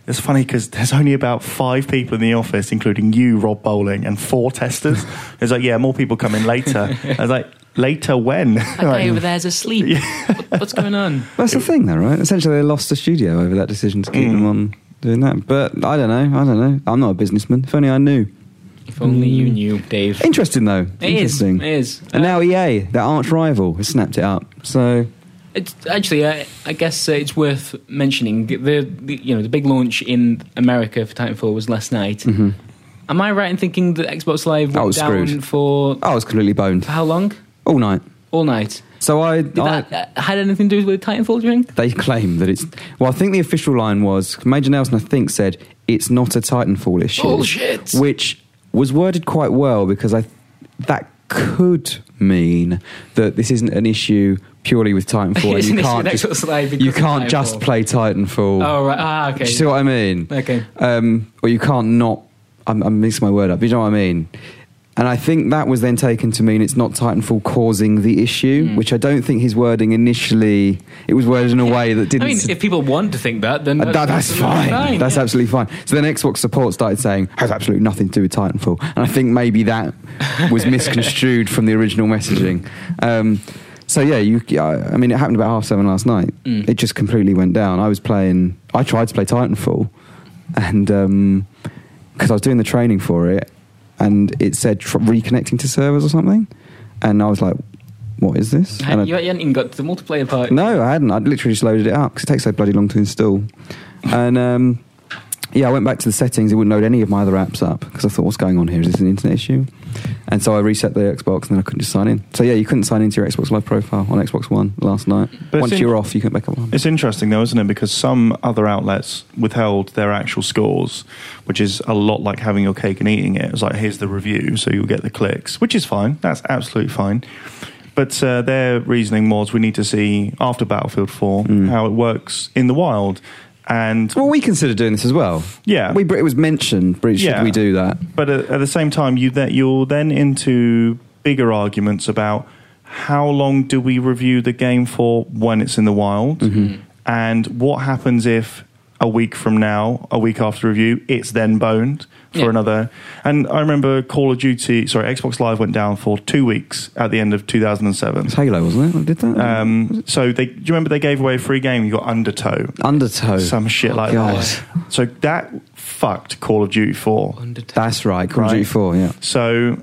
it's funny because there's only about five people in the office, including you, Rob Bowling, and four testers. it's like, yeah, more people come in later. I was like, later when? That guy over there's asleep. What- What's going on? That's the thing, though, right? Essentially, they lost the studio over that decision to keep them on doing that. But I don't know. I don't know. I'm not a businessman. If only I knew. If only you knew, Dave. Interesting, though. It is. Interesting. It is. And now EA, their arch rival, has snapped it up. So It's actually, I, I guess uh, it's worth mentioning the, the, the you know the big launch in America for Titanfall was last night. Am I right in thinking that Xbox Live Mm-hmm. I went was down screwed. for I was completely boned for how long? all night. All night. So I, Did I that uh, had anything to do with Titanfall? Do you think? they claim that it's. Well, I think the official line was Major Nelson. I think said it's not a Titanfall issue. Bullshit. Which was worded quite well because I that could mean that this isn't an issue purely with Titanfall. It's and an you issue can't with just, Xbox Live because you of can't just Titanfall. play Titanfall. Oh right. Ah, okay. Do you see what I mean? Okay. Um, or you can't not. I'm, I'm mixing my word up. You know what I mean? And I think that was then taken to mean it's not Titanfall causing the issue, Hmm. which I don't think his wording initially. It was worded in a way that didn't. I mean, s- if people want to think that, then uh, that's, that- that's absolutely fine. That's yeah. absolutely fine. So then Xbox support started saying has absolutely nothing to do with Titanfall, and I think maybe that was misconstrued from the original messaging. Um, so yeah, you. I I mean, it happened about half seven last night. Mm. It just completely went down. I was playing. I tried to play Titanfall, and because I was doing the training for it, and it said tr- reconnecting to servers or something, and I was like, "What is this?" Ha- And I- you hadn't even got to the multiplayer part. no, I hadn't. I'd literally just loaded it up because it takes so bloody long to install. And um, yeah, I went back to the settings. It wouldn't load any of my other apps up because I thought, what's going on here? Is this an internet issue? And so I reset the Xbox and then I couldn't just sign in. So yeah, you couldn't sign into your Xbox Live profile on Xbox One last night. But Once it's you're in- off, you couldn't back up on. It's interesting though, isn't it? Because some other outlets withheld their actual scores, which is a lot like having your cake and eating it. It's like here's the review, so you'll get the clicks, which is fine. That's absolutely fine. But uh, their reasoning was we need to see after Battlefield 4 how it works in the wild. And Well, we consider doing this as well. Yeah. we, but it was mentioned. But should Yeah. we do that? But at, at the same time, you that you're then into bigger arguments about how long do we review the game for when it's in the wild, Mm-hmm. and what happens if a week from now, a week after review, it's then boned for Yeah. another. And I remember Call of Duty, sorry, Xbox Live went down for two weeks at the end of 2007. It was Halo, wasn't it? that Did that? Um, so they, do you remember they gave away a free game? You got Undertow, Undertow. Oh, some shit like God. that. So that fucked Call of Duty 4. Undertale. That's right. Call of Right. Duty Four. Yeah. So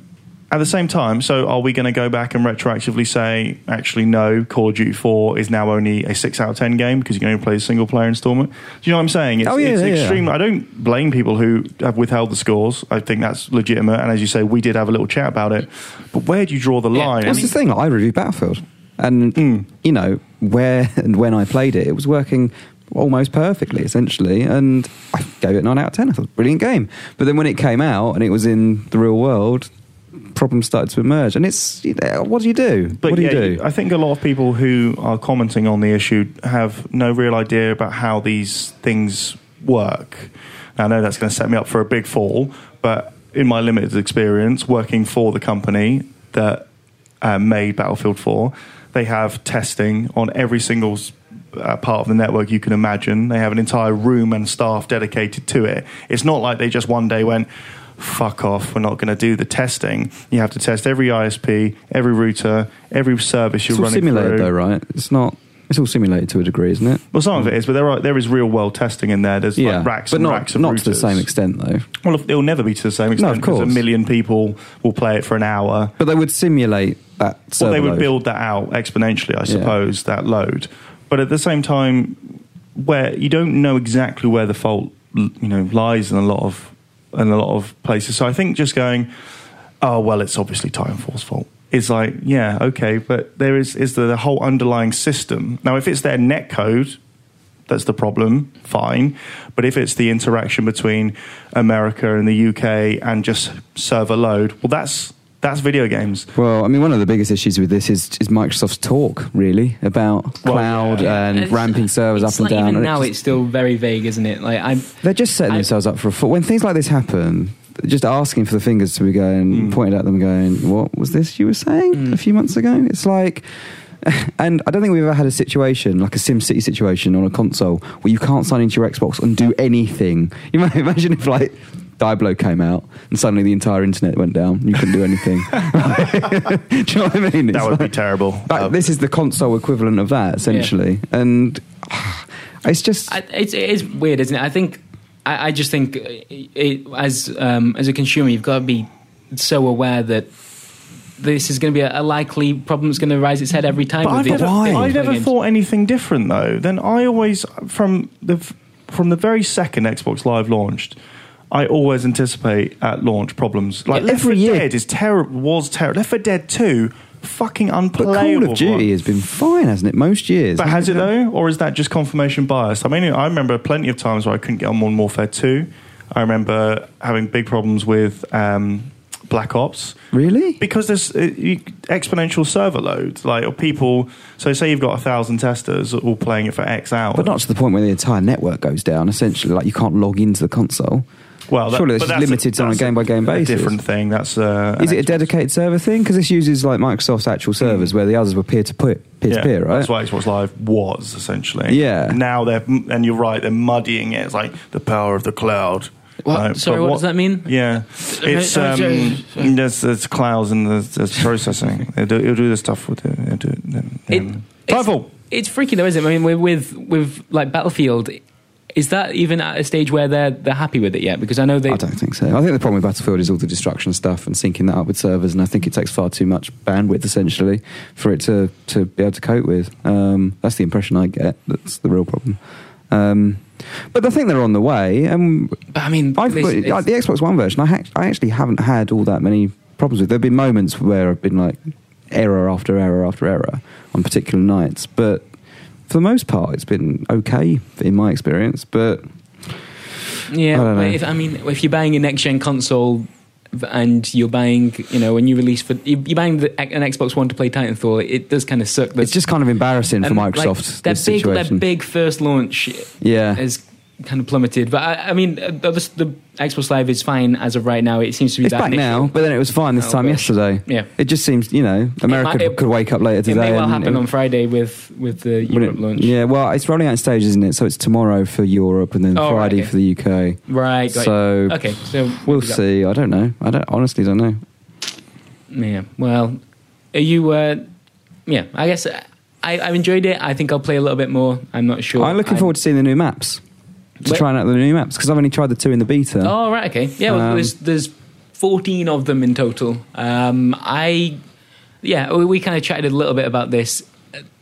at the same time, so are we going to go back and retroactively say, actually, no, Call of Duty 4 is now only a 6 out of 10 game because you can only play a single player installment? Do you know what I'm saying? It's, Oh, yeah, it's yeah, yeah. extreme. I don't blame people who have withheld the scores. I think that's legitimate. And as you say, we did have a little chat about it. But where do you draw the Yeah. line? That's I the thing. Like, I reviewed Battlefield, and Hmm. you know where and when I played it, it was working almost perfectly, essentially. And I gave it nine out of ten. I thought brilliant game. But then when it came out and it was in the real world, problems started to emerge. And it's you know, what do you do? But what do yeah, you do? I think a lot of people who are commenting on the issue have no real idea about how these things work. I know that's going to set me up for a big fall, but in my limited experience working for the company that uh, made Battlefield 4, they have testing on every single s- uh, part of the network you can imagine. They have an entire room and staff dedicated to it. It's not like they just one day went, fuck off, we're not going to do the testing. You have to test every ISP, every router, every service you're it's all running simulated, through. though, right? It's not. It's all simulated to a degree, isn't it? Well, some of it is, but there are there is real world testing in there. There's Yeah, like racks but and not racks of not routers. to the same extent, though. Well, it'll never be to the same extent of because course. a million people will play it for an hour. But they would simulate that. Well, server they would load. build that out exponentially, I suppose, that load. But at the same time, where you don't know exactly where the fault, l- you know, lies in a lot of in a lot of places. So I think just going, oh well, it's obviously Titanfall's fault. It's like, yeah, okay, but there is is the, the whole underlying system. Now, if it's their net code, that's the problem, fine. But if it's the interaction between America and the UK and just server load, well, that's that's video games. Well, I mean, one of the biggest issues with this is, is Microsoft's talk, really, about Well, cloud yeah. and It's- ramping servers up it's and like down. Even and it now, just- it's still very vague, isn't it? Like I'm. They're just setting I- themselves up for a fall. When things like this happen, just asking for the fingers to be Mm. going, pointed at them, going, What was this you were saying a few months ago? It's like. And I don't think we've ever had a situation like a SimCity situation on a console where you can't sign into your Xbox and do anything. You might imagine if like Diablo came out and suddenly the entire internet went down, you couldn't do anything. do you know what I mean? It's That would be like- terrible. But Uh, this is the console equivalent of that essentially, and it's just I, it's, it is weird, isn't it? I think I, I just think it, it, as um, as a consumer, you've got to be so aware that this is going to be a, a likely problem that's going to rise its head every time. But with I've these- never, these I've never games. thought anything different though. Then I always from the from the very second Xbox Live launched, I always anticipate at launch problems. Like Yeah, Left 4 every year. Dead is terrible. Was terrible. Left 4 Dead 2, fucking But unplayable. Call of Duty one. has been fine, hasn't it? Most years. But has it though, or is that just confirmation bias? I mean, I remember plenty of times where I couldn't get on Modern Warfare Two. I remember having big problems with um, Black Ops Really? because there's uh, you, exponential server load. Like, or people. So, say you've got a thousand testers all playing it for X hours. But not to the point where the entire network goes down. Essentially, like you can't log into the console. well. that- surely but this is that's limited on a that's game by game basis. A different thing. That's uh, Is an it a Xbox. dedicated server thing? Because this uses like Microsoft's actual servers, where the others were peer to peer, peer to Hmm. Yeah, peer, right? That's what Xbox Live was essentially. Yeah. Now they're and you're right. They're muddying it. It's like the power of the cloud. What? Right, Sorry, but what does that mean? Yeah, it's uh, um, sorry, there's, there's clouds and there's, there's processing. They do, it'll do the stuff with it. They'll do it. then- It- Um, then- it's, Titanfall. it's freaky though, isn't it? I mean, with with, with like Battlefield. Is that even at a stage where they're they're happy with it yet? Because I know they I don't think so. I think the problem with Battlefield is all the destruction stuff and syncing that up with servers, and I think it takes far too much bandwidth essentially for it to, to be able to cope with. Um, that's the impression I get. That's the real problem. Um, but I think they're on the way, and But, I mean, I've this- got, it's- like, the Xbox One version. I, hac- I actually haven't had all that many problems with. There've been moments where I've been like error after error after error on particular nights, but for the most part, it's been okay in my experience. But Yeah, I don't but know. if I mean, if you're buying a next gen console and you're buying, you know, a new release for you- you're buying the, an Xbox One to play Titanfall, it does kind of suck. That it's just kind of embarrassing for and, like, Microsoft. their this big, situation. their big first launch Yeah. is kind of plummeted. But I, I mean, uh, the, the Xbox Live is fine as of right now. It seems to be It's that back niche. now, but then it was fine this Oh, time gosh. yesterday. Yeah. It just seems, you know, America might- it- could wake up later It today. may well and happen it- on Friday with with the Europe wouldn't- launch. Yeah, well, it's rolling out in stages, isn't it? So it's tomorrow for Europe and then Oh, right, Friday okay. for the UK. Right. Got So- it. okay. So We'll got- see. I don't know. I don't honestly don't know. Yeah. Well, are you? Uh, yeah. I guess uh, I, I've enjoyed it. I think I'll play a little bit more. I'm not sure. I'm looking I'm- forward to seeing the new maps. To Wait. trying out the new maps because I've only tried the two in the beta. Oh right. Okay. Yeah. Well, Um, there's there's 14 of them in total. Um, I yeah. We, we kind of chatted a little bit about this.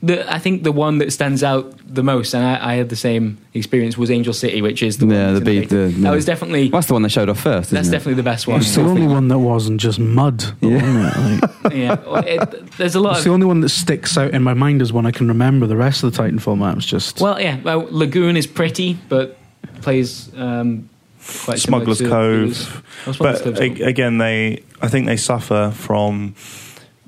The, I think the one that stands out the most, and I, I had the same experience, was Angel City, which is the one Yeah, that's the in beat- the- that yeah. was definitely Well, that's the one they showed off first. Isn't that's it? definitely the best one. It's the only one that wasn't just mud. Yeah. yeah. Well, it- there's a lot It's of the only one that sticks out in my mind as one I can remember. The rest of the Titanfall maps just Well, yeah. Well, Lagoon is pretty, but plays um, quite similar Smuggler's to- Cove. Oh, Smuggler's But Cove's a- cool. again, they I think they suffer from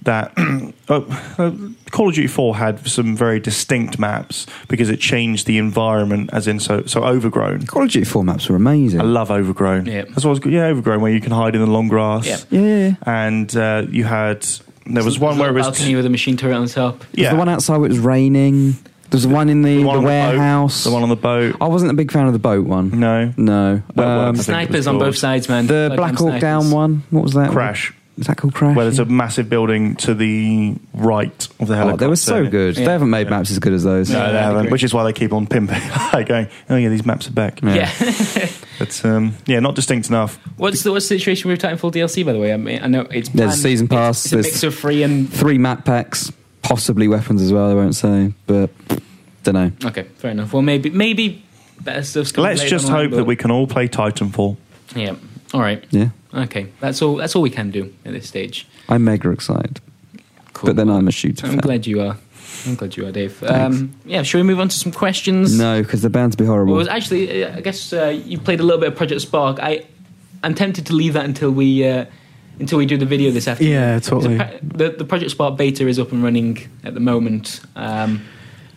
that. oh, uh, Call of Duty Four had some very distinct maps because it changed the environment, as in so so overgrown. Call of Duty 4 maps were amazing. I love overgrown. Yeah. that's what I was good. Yeah, overgrown where you can hide in the long grass. Yeah. yeah, yeah. yeah. And uh, you had there was There's one a where it little was balcony with a machine turret on top. There's the one outside where it was raining. There's the one in the, The the, one on the boat. warehouse. the one on Mm. the boat. I wasn't a big fan of the boat one. No, No. Well, well, Um, I think it was Snipers on called- both sides, man. the Goddamn Black Hawk snipers. Down one. What was that? crash. Is that called Crash? Where there's a massive building to the right of the oh, helicopter. they were so good. Yeah. They haven't made maps as good as those. No, Yeah, they I'd haven't, agree. which is why they keep on pimping, like going, oh yeah, these maps are back. Yeah. But um, yeah, not distinct enough. what's the what's the situation with Titanfall DLC? By the way, I mean I know it's There's planned. season It's- pass, It's, a there's- mix of free and Three map packs, possibly weapons as well. They won't say, but don't know. okay, fair enough. Well, maybe maybe better stuff's coming. Let's later just online, hope that but- we can all play Titanfall. Yeah. All right. Yeah, Okay. That's all. That's all we can do at this stage. I'm mega excited, Cool. but then I'm a shooter. I'm fan. glad you are. I'm glad you are, Dave. Um, yeah, shall we move on to some questions? No, because they're bound to be horrible. Well, it was actually, uh, I guess uh, you played a little bit of Project Spark. I, I'm tempted to leave that until we, uh, until we do the video this afternoon. Yeah, Because totally. appa- The, the Project Spark beta is up and running at the moment. Um,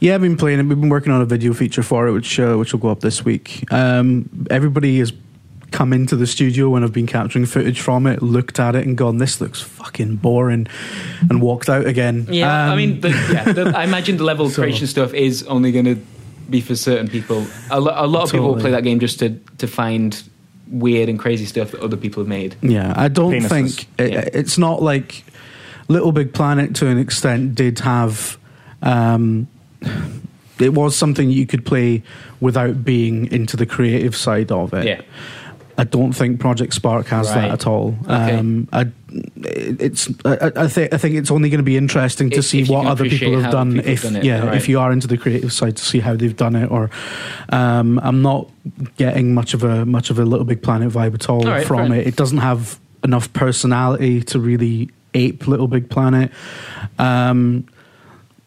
Yeah, I've been playing it. We've been working on a video feature for it, which uh, which will go up this week. Um, everybody has come into the studio when I've been capturing footage from it, looked at it, and gone, "This looks fucking boring," and walked out again. yeah, I Um, mean, the, yeah, the, I imagine the level of So- creation stuff is only going to be for certain people. A, lo- a lot of people will Totally. play that game just to, to find weird and crazy stuff that other people have made. Yeah, I don't Penises. think it, Yeah. it's not like Little Big Planet to an extent did have. Um, it was something you could play without being into the creative side of it. Yeah. I don't think Project Spark has Right. that at all. Okay. Um, I, it's I, I think I think it's only going to be interesting to If- see if you what can other appreciate people have how other done. people have if done it, yeah, right. if you are into the creative side to see how they've done it, or um, I'm not getting much of a much of a Little Big Planet vibe at all All right, from fair. it. It doesn't have enough personality to really ape Little Big Planet, um,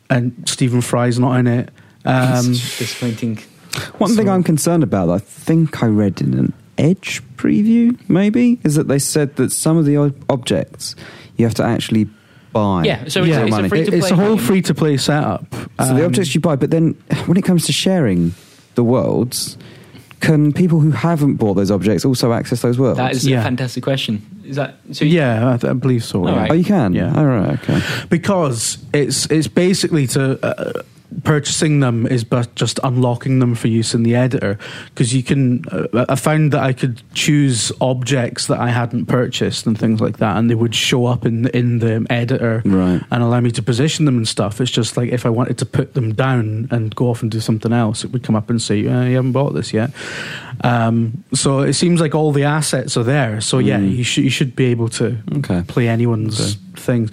and Stephen Fry's not in it. Um, It's disappointing. One thing I'm concerned about, that I think I read in an Edge preview, maybe, is that they said that some of the ob- objects you have to actually buy. Yeah, so with it's- your it's a money. free- it- it's a free-to-play whole game. free to play setup. so the Um, objects you buy, but then when it comes to sharing the worlds, can people who haven't bought those objects also access those worlds? That is a Yeah. fantastic question. Is that so? you- yeah, I, th- I believe so. All yeah. right. oh, you can. Yeah. All right. Okay. because it's it's basically to uh, purchasing them is but just unlocking them for use in the editor because you can uh, I found that I could choose objects that I hadn't purchased and things like that and they would show up in in the editor Right. and allow me to position them and stuff it's just like if I wanted to put them down and go off and do something else it would come up and say uh, you haven't bought this yet um, so it seems like all the assets are there so yeah Mm. you, should you should be able to Okay. play anyone's things.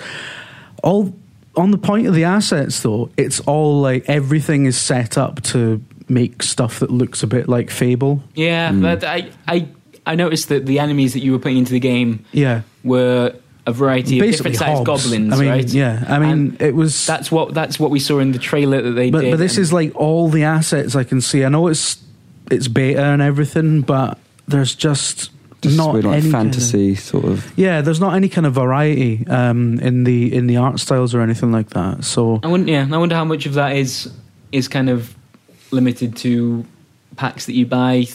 All on the point of the assets, though, it's all like everything is set up to make stuff that looks a bit like Fable. Yeah, Mm. but I, I, I noticed that the enemies that you were putting into the game Yeah, were a variety of basically different sized Hobbs. goblins, I mean, right? yeah, I mean, And it was. that's what that's what we saw in the trailer that they but did. but this and- is like all the assets I can see. I know it's it's beta and everything, but there's just, Just not weird, like any kind of- fantasy sort of. yeah, there's not any kind of variety um, in the in the art styles or anything like that. So I wonder, yeah, I wonder how much of that is is kind of limited to packs that you buy.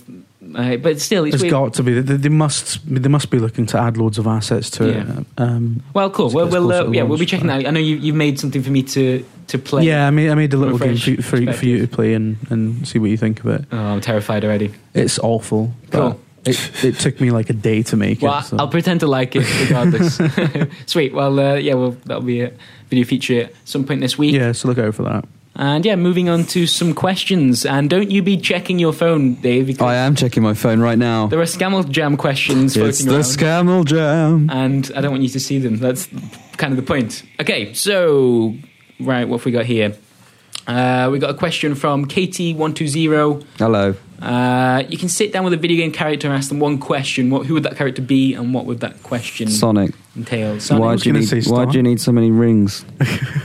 Uh, but still, it's It's weird. got to be. They, they must. They must be looking to add loads of assets to Yeah. it. Um, well, cool. it's Well, close we'll to uh, the yeah, we'll launch, be checking that. but- out. I know you you've made something for me to to play. yeah, I made. I made a little game fresh for, for, you- for you to play and, and see what you think of it. Oh, I'm terrified already. It's awful. but Cool. It, it took me like a day to make Well, it. so- I'll pretend to like it regardless. Sweet. Well, uh, yeah, well, that'll be a video feature at some point this week. yeah, so look out for that. And yeah, moving on to some questions. And don't you be checking your phone, Dave, because I am checking my phone right now. there are Scammel Jam questions It's floating the around. Scammel Jam. and I don't want you to see them. That's kind of the point. Okay, so, right, what have we got here? Uh, we got a question from Katie120. Hello. Uh, you can sit down with a video game character and ask them one question. What, who would that character be, and what would that Mm. question Sonic. entail? Sonic? Why was do you gonna need? say Why Star. do you need so many rings?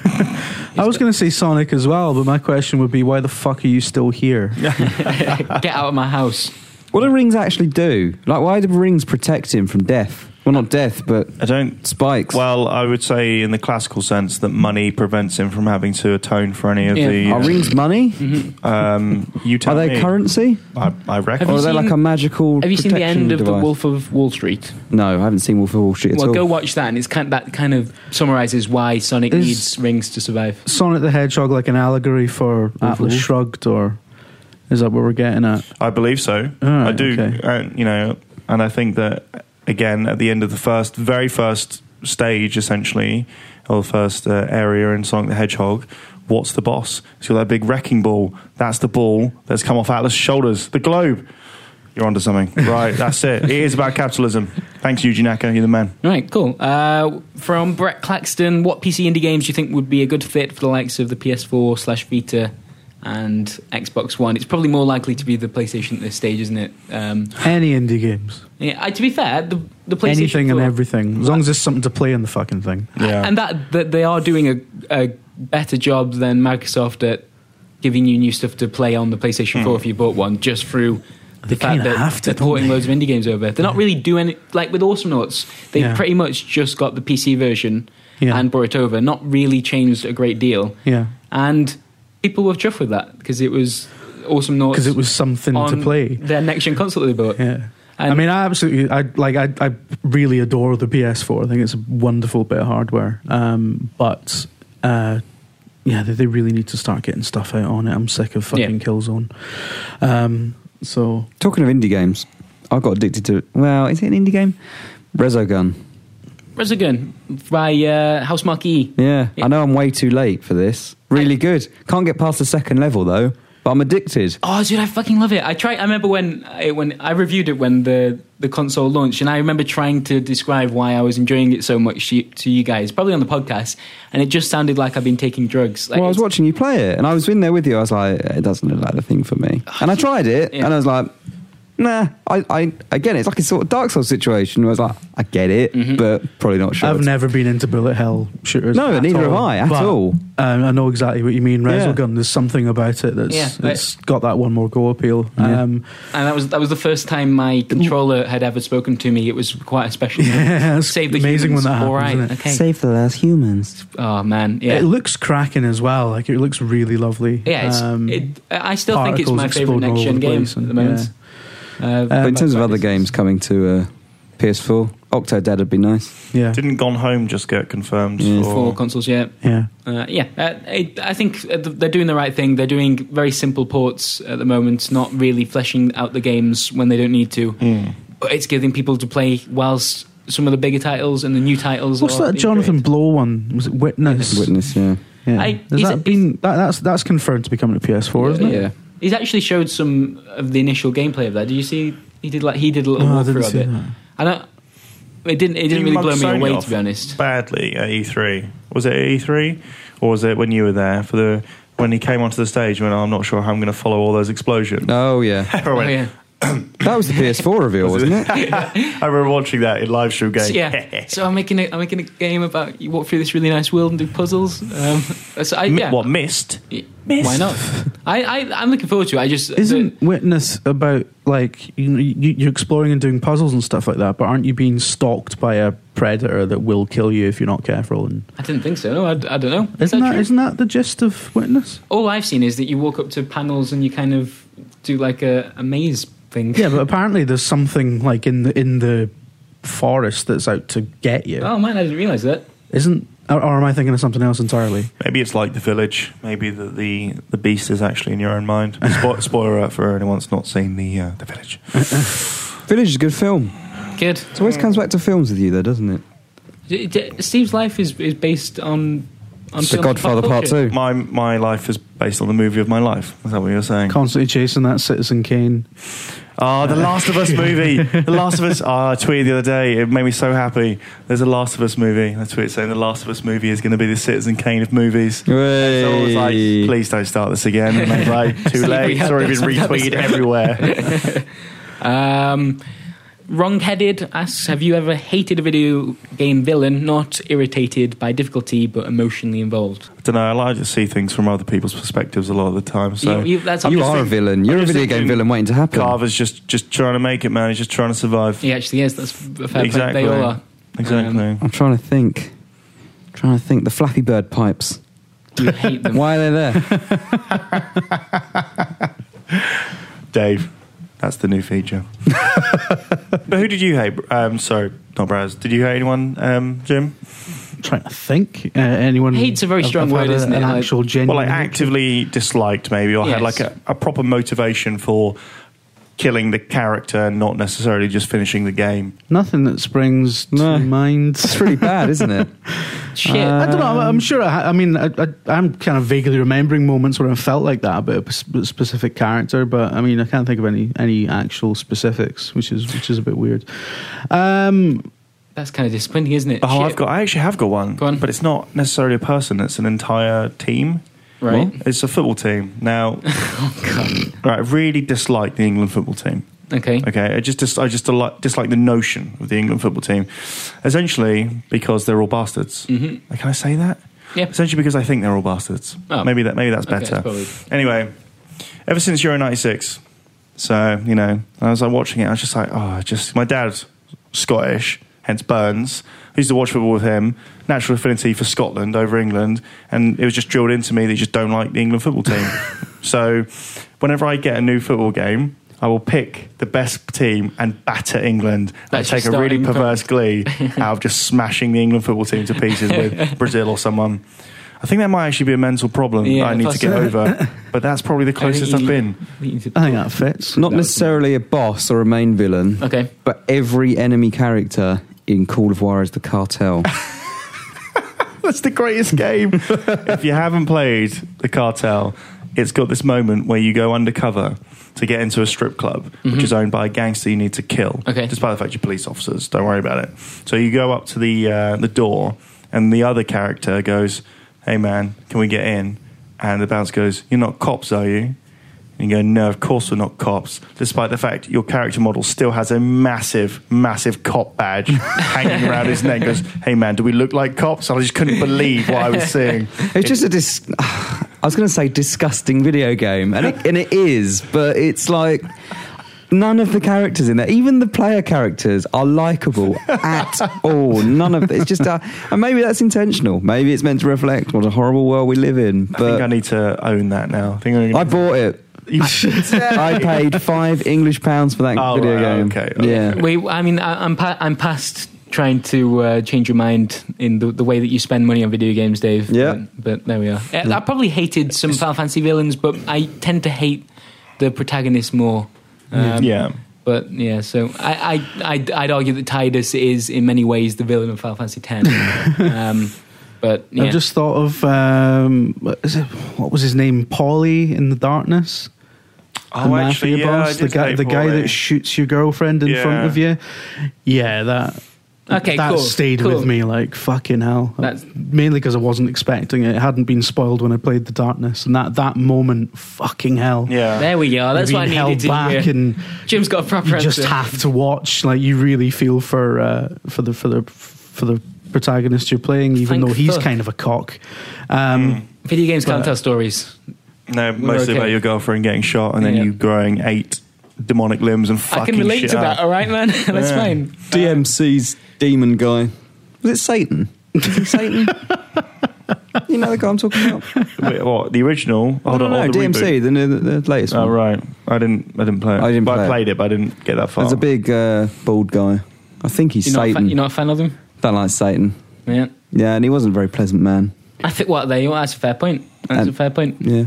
I was going to say Sonic as well, but my question would be, why the fuck are you still here? Get out of my house. What do rings actually do? Like, why do rings protect him from death? Well, not death, but I don't. spikes. Well, I would say in the classical sense that money prevents him from having to atone for any of Yeah. Mm-hmm. the. are rings money? Um, you Are tell they me. currency? I, I Have reckon. Or you are they seen- like a magical? Have you seen the protection end of The device? Wolf of Wall Street? No, I haven't seen Wolf of Wall Street at Well, all. go watch that, and it's kind that kind of summarizes why Sonic Is- needs rings to survive. Sonic the Hedgehog, like an allegory for Atlas Shrugged, or is that what we're getting at? I believe so. Alright, I do, okay. and, you know, and I think that again at the end of the first, very first stage, essentially, or the first uh, area in Sonic the Hedgehog. What's the boss? It's got that big wrecking ball. That's the ball that's come off Atlas' shoulders. The globe. You're onto something, right? That's it. It is about capitalism. Thanks, Yuji Naka. You're the man. Right, cool. Uh, from Brett Claxton, what PC indie games do you think would be a good fit for the likes of the PS4 slash Vita and Xbox One? It's probably more likely to be the PlayStation at this stage, isn't it? Um, Any indie games, yeah, I, to be fair, the, the PlayStation anything and 4 everything, as long as there's something to play in the fucking thing. Yeah. and that, that they are doing a, a better job than Microsoft at giving you new stuff to play on the PlayStation Hmm. 4 if you bought one, just through the fact kinda that have to, they're don't porting they? loads of indie games over. They're not really doing like with Awesome Notes. They Yeah. pretty much just got the PC version Yeah. and brought it over. Not really changed a great deal, Yeah. and people were chuffed with that because it was Awesome Notes Because it was something to on play. their next gen console that they bought. Yeah. And- I mean, I absolutely, I like, I, I really adore the PS4. I think it's a wonderful bit of hardware. Um, but uh, yeah, they, they really need to start getting stuff out on it. I'm sick of fucking Yeah. Killzone. Um, so Talking of indie games, I got addicted to. Well, is it an indie game? Resogun. Resogun by uh, House Marquee. Yeah, Yeah. I know I'm way too late for this. Really good. Can't get past the second level though, but I'm addicted. Oh, dude, I fucking love it. I try. I remember when I, when I reviewed it when the the console launched, and I remember trying to describe why I was enjoying it so much to, to you guys, probably on the podcast, and it just sounded like I've been taking drugs. Like, well, I was it's- watching you play it, and I was in there with you. I was like, it doesn't look like the thing for me. And I tried it, Yeah. and I was like, nah. I, I again, it's like a sort of Dark Souls situation. Where I was like, I get it, Mm-hmm. but probably not sure. I've never been into bullet hell shooters. No, at neither all, have I, at but, all. Um, I know exactly what you mean. Yeah. Resogun. There's something about it that's Yeah, but- it's got that one more go appeal. Yeah. Um, and that was that was the first time my controller had ever spoken to me. It was quite a special. yeah, it's Save the amazing humans. when that happens. All right, isn't it? okay. Save the last humans. oh man, yeah. It looks cracking as well. Like it looks really lovely. yeah, it's, Um, it, I still think it's particles my favorite exploding all next over gen the game place at the and- moment. Uh, but Um, in terms of but- other games coming to uh, PS4, Octodad would be nice. yeah, Didn't Gone Home just get confirmed? Yeah. for- for consoles, yeah. yeah. Uh, yeah, uh, it, I think uh, th- they're doing the right thing. They're doing very simple ports at the moment, not really fleshing out the games when they don't need to. Hmm. But it's giving people to play whilst some of the bigger titles and the new titles. What's are that being Jonathan created. Blow one? Was it Witness? Witness, yeah. Yeah. I- Has is that it- been that, that's that's confirmed to be coming to PS4, isn't it? Yeah. He's actually showed some of the initial gameplay of that. Did you see? He did like he did a little No, I didn't walkthrough of see it. that. I don't. It didn't. It He didn't really blow mugged me Sony away, off to be honest. Badly at E3. Was it at E3 or was it when you were there for the when he came onto the stage? When "Oh, I'm not sure how I'm going to follow all those explosions. Oh yeah, I, went- Oh, yeah. that was the PS4 reveal, wasn't it? I remember watching that in live stream game. So, yeah. so I'm making a I'm making a game about you walk through this really nice world and do puzzles. Um, so I, Mi- yeah. What missed? Y- Miss. Why not? I, I I'm looking forward to it. I just Isn't Witness about like you know, you, you're exploring and doing puzzles and stuff like that? But aren't you being stalked by a predator that will kill you if you're not careful? And I didn't think so. No, I, I don't know. Is isn't that that true? isn't that the gist of Witness? All I've seen is that you walk up to panels and you kind of do like a, a maze thing. Yeah, but apparently there's something like in the in the forest that's out to get you. Oh man, I didn't realize that. Isn't or, or am I thinking of something else entirely? Maybe it's like the village. Maybe the, the, the beast is actually in your own mind. Spo- spoiler alert for anyone that's not seen the uh, the village. Village is a good film. Good. It always comes back to films with you, though, doesn't it? D- d- Steve's life is, is based on on It's the films and pop Godfather Part culture. Two. My my life is based on the movie of my life. Is that what you're saying? Constantly chasing that Citizen Kane. Oh, the Last of Us movie. The Last of Us. Oh, I tweeted the other day. It made me so happy. There's a Last of Us movie. I tweeted saying the Last of Us movie is going to be the Citizen Kane of movies. So I was like, Hey. please don't start this again. And I was like, too See, we late. had It's already this, been we had this. retweeted everywhere. Um, Wrongheaded asks, have you ever hated a video game villain, not irritated by difficulty, but emotionally involved? I don't know. I like to see things from other people's perspectives a lot of the time. So you, you, that's you just are a think- villain. You're a just video game thinking villain waiting to happen. Carver's just just trying to make it, man. He's just trying to survive. He actually is. That's a fair exactly. point. They all are. Um, Exactly. I'm trying to think. Trying to think. The Flappy Bird pipes. You hate them. Why are they there? Dave, that's the new feature. but who did you hate? Um, sorry, not Braz. Did you hate anyone, um, Jim? trying to think. Uh, anyone Hate's a very I've- strong I've word, had a- isn't it? An Like- actual genuine. Well, like actively disliked, maybe, or Yes. had like a, a proper motivation for killing the character and not necessarily just finishing the game. nothing that springs to No. mind. It's really bad, isn't it? Shit. I Uh, don't know. I'm sure. I, ha- I mean, I, I, I'm kind of vaguely remembering moments where I felt like that about a p- specific character, but I mean, I can't think of any any actual specifics, which is which is a bit weird. Um, That's kind of disappointing, isn't it? Oh, Shit. I've got. I actually have got one, Go on. but it's not necessarily a person. It's an entire team. Right. It's a football team. Now, right, I really dislike the England football team. Okay. Okay, I just dis- I just dislike, dislike the notion of the England football team, essentially because they're all bastards. Mm-hmm. Can I say that? Yeah. Essentially because I think they're all bastards. Oh. Maybe that maybe that's Okay, better. it's probably- Anyway, ever since Euro '96, so you know, I was like watching it. I was just like, oh, just my dad's Scottish, hence Burns. I used to watch football with him. Natural affinity for Scotland over England, and it was just drilled into me that you just don't like the England football team. so, whenever I get a new football game. I will pick the best team and batter England. That's I your take a really starting perverse glee out of just smashing the England football team to pieces with Brazil or someone. I think that might actually be a mental problem Yeah, that I need to that's- get over, but that's probably the closest I've been. I think that fits. Not That was- necessarily a boss or a main villain, Okay. but every enemy character in Call of Juarez the cartel. That's the greatest game. if you haven't played The Cartel, it's got this moment where you go undercover to get into a strip club, which is owned by a gangster you need to kill. Mm-hmm. Okay. Despite the fact you're police officers, don't worry about it. So you go up to the uh, the door, and the other character goes, "Hey man, can we get in?" And the bouncer goes, "You're not cops, are you?" And you go, no, of course we're not cops. Despite the fact your character model still has a massive, massive cop badge hanging around his neck. Goes, hey man, do we look like cops? I just couldn't believe what I was seeing. It's just a dis. I was going to say disgusting video game, and it, and it is, but it's like none of the characters in there, even the player characters, are likable at all. None of it's just, uh, and maybe that's intentional. Maybe it's meant to reflect what a horrible world we live in. I think I But need to own that now. I think I'm I gonna, bought it. you should. I paid five English pounds for that Oh, video right, game. okay, okay. Yeah. Wait, I mean, I, I'm pa- I'm past trying to uh, change your mind in the, the way that you spend money on video games, Dave. Yeah. But, but there we are. Uh, I probably hated some Final Fantasy villains, but I tend to hate the protagonist more. Um, yeah. But yeah, so I, I, I'd, I'd argue that Tidus is in many ways the villain of Final Fantasy X. um, but yeah. I've just thought of um, what is it, what was his name? Polly in the darkness. Oh, the mafia boss, the guy, the guy that shoots your girlfriend in Yeah. front of you. Yeah, that. Okay, that cool, stayed cool. with me like fucking hell. That's- Mainly because I wasn't expecting it. It hadn't been spoiled when I played the darkness, and that that moment, fucking hell. yeah. there we go. That's You're what I being needed held to back hear. and Jim's got a proper you just answer. have to watch. Like you really feel for uh, for the for the for the protagonist you're playing, even Thank though he's fuck. kind of a cock. Um, Hmm. Video games can't But- tell stories. no, mostly okay. about your girlfriend getting shot and then Yeah. you growing eight demonic limbs and fucking I can relate shit to up. that, all right, man? That's Yeah. fine. DMC's demon guy. Was it Satan? Is it Satan? you know the guy I'm talking about? Wait, what? The original? Hold no, on, no, or no, the DMC, reboot? the, new- the, the latest Oh one. right, I didn't. I didn't play it. I didn't But play I it. played it, but I didn't get that far. There's a big uh, bald guy. I think he's You're not, a Satan. fan, you're not a fan of them? Don't like Satan. Yeah. Yeah, and he wasn't a very pleasant man. I think what they. Well, that's a fair point. That's And- a fair point. Yeah.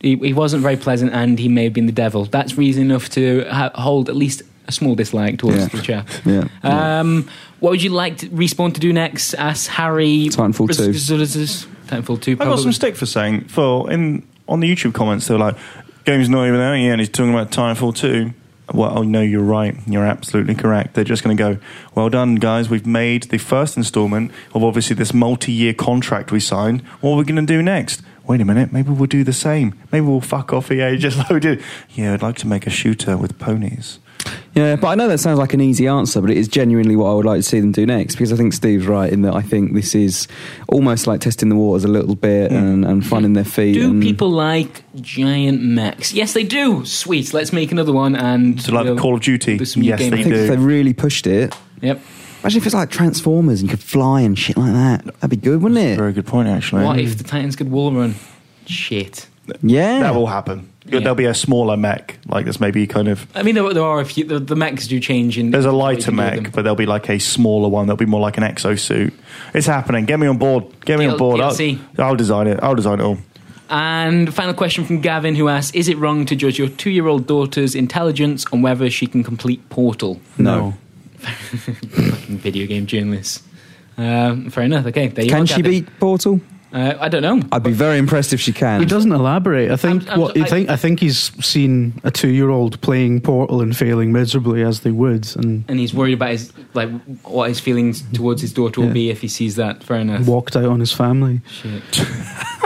He, he wasn't very pleasant, and he may have been the devil. That's reason enough to ha- hold at least a small dislike towards Yeah. the chap. Yeah. Um, what would you like to, respawn to do next? Ask Harry. Titanfall Res- 2. res- res- res- Titanfall two. I Probably. got some stick for saying for in on the YouTube comments they were like, "Game's not even out yet," and he's talking about Titanfall two. Well, oh, no, you're right. You're absolutely correct. They're just going to go, well done, guys. We've made the first installment of obviously this multi year contract we signed. What are we going to do next? Wait a minute. Maybe we'll do the same. Maybe we'll fuck off EA just like we did. Yeah, I'd like to make a shooter with ponies. Yeah, but I know that sounds like an easy answer, but it is genuinely what I would like to see them do next because I think Steve's right in that I think this is almost like testing the waters a little bit Hmm. and, and finding their feet. do and- people like giant mechs? Yes, they do. Sweet. Let's make another one and So, like the we'll Call of Duty. do some Yes, game they I think if they do. really pushed it, Yep. imagine if it's like Transformers and you could fly and shit like that. That'd be good, wouldn't it? Very good point, actually. What if the Titans could wall run? Shit. Yeah. That will happen. Yeah. There'll be a smaller mech like this, maybe kind of I mean, there, there are a few. The, the mechs do change. In There's a in the way lighter you do mech, them. but there'll be like a smaller one that'll be more like an exosuit. It's happening. Get me on board. Get me DL- on board. I'll, DLC. I'll design it. I'll design it all. And final question from Gavin, who asks: Is it wrong to judge your two-year-old daughter's intelligence on whether she can complete Portal? no. Fucking video game journalists. Um, fair enough. Okay, there you Can are, she Gavin. beat Portal? Uh, I don't know. I'd be very impressed if she can. He doesn't elaborate. I think I'm- I'm- what he I- think. I think he's seen a two-year-old playing Portal and failing miserably as they would, and And he's worried about his like what his feelings towards his daughter will Yeah. be if he sees that. Fair enough. walked out on his family. Shit.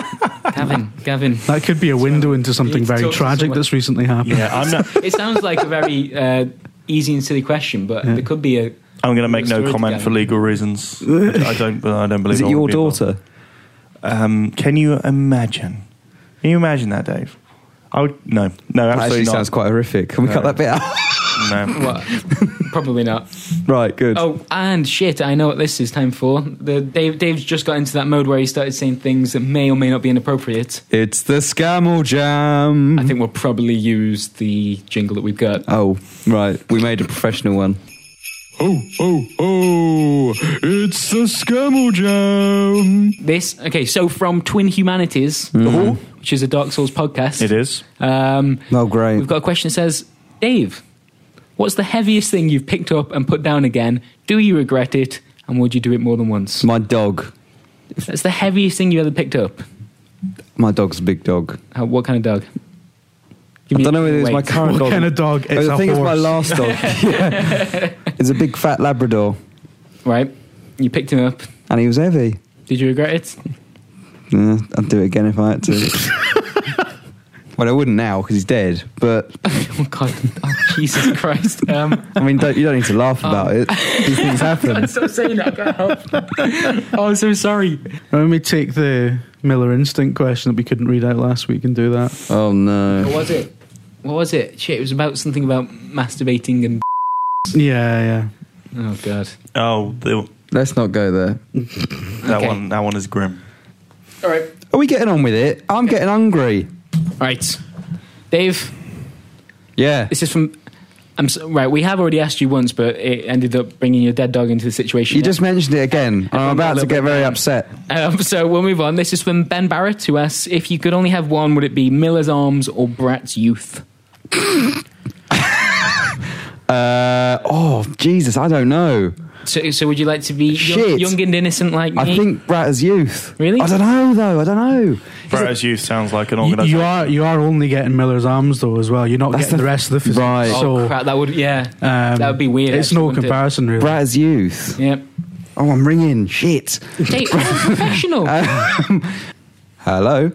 Gavin, Gavin. That could be a window into something to very talk to tragic someone. that's recently happened. Yeah, I'm not. It sounds like a very uh, easy and silly question, but Yeah. there could be a I'm going to make Story no to comment go. for legal reasons. I don't. I don't believe. Is it I would your be involved. daughter? Um, can you imagine? Can you imagine that, Dave? I would no, no, That absolutely actually not. sounds quite horrific. Can we cut No. that bit out? no. What? Probably not. right, good. Oh, and shit, I know what this is time for. The Dave, Dave's just got into that mode where he started saying things that may or may not be inappropriate. It's the Scammel Jam. Mm-hmm. I think we'll probably use the jingle that we've got. Oh, right. We made a professional one. Oh, oh, oh, it's the Scammel Jam. This, okay, so from Twin Humanities, which is a Dark Souls podcast. Mm-hmm. It is. Um, Oh, great. We've got a question that says, Dave, what's the heaviest thing you've picked up and put down again? Do you regret it? And would you do it more than once? My dog. That's the heaviest thing you ever picked up. My dog's a big dog. How, what kind of dog? Give I me don't know whether it's my weight. current What dog. kind of dog? Oh, It's I a think it's my horse. last dog. Yeah. It's a big fat Labrador, Right. You picked him up. and he was heavy. Did you regret it? Yeah, I'd do it again if I had to. well, I wouldn't now because he's dead. But Oh God! Oh, Jesus Christ! Um, I mean, don't, you don't need to Oh. laugh about it. These things happen. I'm so saying that I can't help. Oh, I'm so sorry. Let me take the Miller Instinct question that we couldn't read out last week and do that. Oh What no! was it? What was it? Shit! It was about something about masturbating and. Yeah, yeah. Oh God! Oh, the, Let's not go there. that Okay. one. That one is grim. All right. Are we getting on with it? I'm getting hungry. Right, Dave. Yeah. This is from. I'm so, right. We have already asked you once, but it ended up bringing your dead dog into the situation. You just mentioned it again. and I'm about to get very upset. Um, so we'll move on. This is from Ben Barrett, who asks if you could only have one, would it be Miller's Arms or Brat's Youth? Uh, oh Jesus! I don't know. So, so would you like to be young, Shit. young and innocent like me? I think Brat as youth. Really? I don't know though. I don't know. Browse Youth sounds like an You, organisation. you are you are only getting Miller's arms though as well. You're not That's getting the- the, rest of the physique. Right. Oh So crap! That would yeah. um, that would be weird. It's actually, no wouldn't it? comparison really. Brat as youth. Yeah. Oh, I'm ringing. Shit. Hey, I'm a professional. Uh, Hello.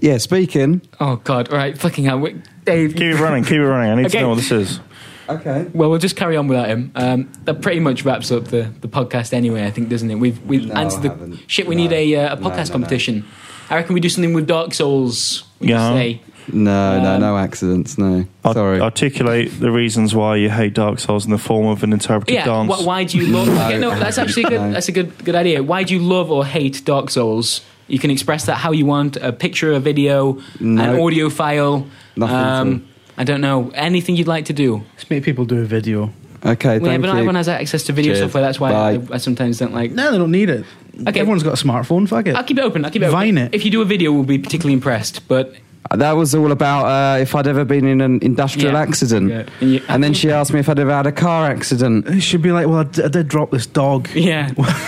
Yeah, speaking. oh god! All right, fucking hell, We- Dave. Keep it running. Keep it running. I need Okay. to know what this is. Okay. Well, we'll just carry on without him. Um, that pretty much wraps up the, the podcast anyway. I think, doesn't it? We've we've No, answered I the haven't. shit. We No. need a uh, a No, podcast no, no. competition. I reckon we do something with Dark Souls. We just Yeah. say, No, no, Um, no accidents. No. Art- Sorry. Articulate the reasons why you hate Dark Souls in the form of an interpretive yeah. dance. Wh- why do you love? No. yeah, no, that's actually a good. No. That's a good good idea. Why do you love or hate Dark Souls? You can express that how you want. A picture, a video, an No. audio file. um, Nothing at I don't know anything you'd like to do. Let's make people do a video. okay. Yeah, Thank but not you. everyone has access to video Cheers. software. That's why I, Bye. I sometimes don't like. No, they don't need it. Okay. Everyone's got a smartphone. Fuck it. I'll keep it open. I'll keep it open. Vine it. If you do a video, we'll be particularly impressed. But That was all about uh, if I'd ever been in an industrial Yeah. accident. Yeah. And you- And then she asked me if I'd ever had a car accident. It should be like, well, I d- I did drop this dog. yeah,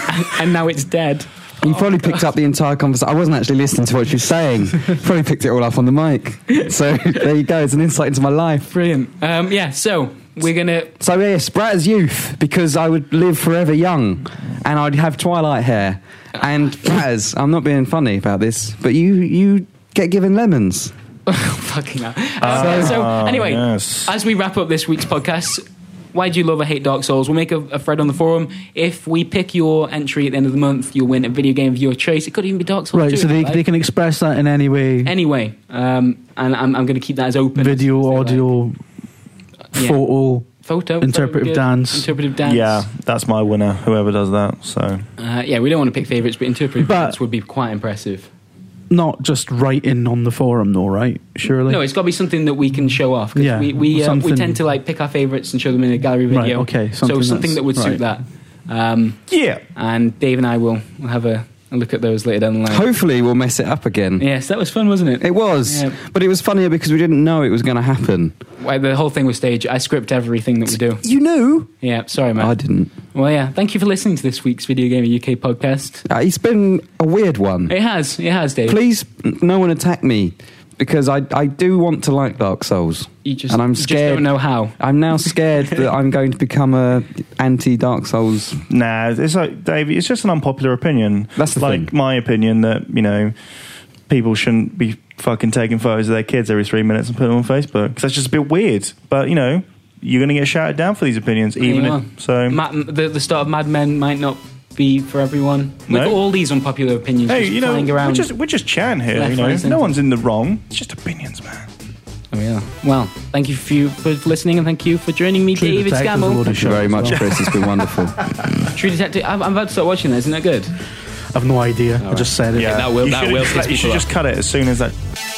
and now it's dead. You probably Oh, picked up the entire conversation. I wasn't actually listening to what she was saying. probably picked it all up on the mic. So there you go. It's an insight into my life. Brilliant. Um, yeah. So we're gonna. So yes, Brat as youth because I would live forever young, and I'd have twilight hair. And Braz, I'm not being funny about this, but you you get given lemons. oh, fucking hell. Uh, Um, so, anyway, yes. as we wrap up this week's podcast. Why do you love or hate Dark Souls? We'll make a, a thread on the forum. If we pick your entry at the end of the month, you'll win a video game of your choice. It could even be Dark Souls. Right, too, so they, right? they can express that in any way anyway, um, and I'm, I'm going to keep that as open. video, as they like. audio, Uh, Yeah. photo. photo, interpretive photo, dance. interpretive dance. Yeah, that's my winner. Whoever does that. So Uh, yeah, we don't want to pick favourites, but interpretive But- dance would be quite impressive. Not just writing on the forum, though, right? Surely. No, it's got to be something that we can show off. 'cause Yeah, we we, uh, we something- tend to like pick our favourites and show them in a gallery video. Right, okay, so something something that's- that would suit that. right. Um, yeah, and Dave and I will will have a, a look at those later down the line. Hopefully, we'll mess it up again. Yes, that was fun, wasn't it? It was, Yeah. but it was funnier because we didn't know it was going to happen. Why, the whole thing was staged. I script everything that we do. You knew. Yeah, sorry, man. I didn't. Well, yeah, thank you for listening to this week's Video Gamer UK podcast. Uh, it's been a weird one. It has, it has, Dave. Please, n- no one attack me because I I do want to like Dark Souls. You just, and I'm you just scared. don't know how. I'm now scared that I'm going to become a anti Dark Souls. nah. It's like Dave. It's just an unpopular opinion. That's the thing. like my opinion that you know people shouldn't be fucking taking photos of their kids every three minutes and putting them on Facebook 'cause that's just a bit weird. But you know, you're gonna get shouted down for these opinions, you even um, are. if, so. Ma- the, the start of Mad Men might not be for everyone. We've No. got all these unpopular opinions Hey, just you know, flying we're around. just we're just chatting here. Left, You know, right, centre. no one's in the wrong. It's just opinions, man. Oh, yeah. Well, thank you for, you for listening and thank you for joining me, True David Detective's a load Scammell. of Thank you shite very as much, well. Chris. It's been wonderful. True Detective. I'm, I'm about to start watching that. Isn't that good? I've no idea. I just said it. that will- You that should- will you piss should people just cut it as soon as that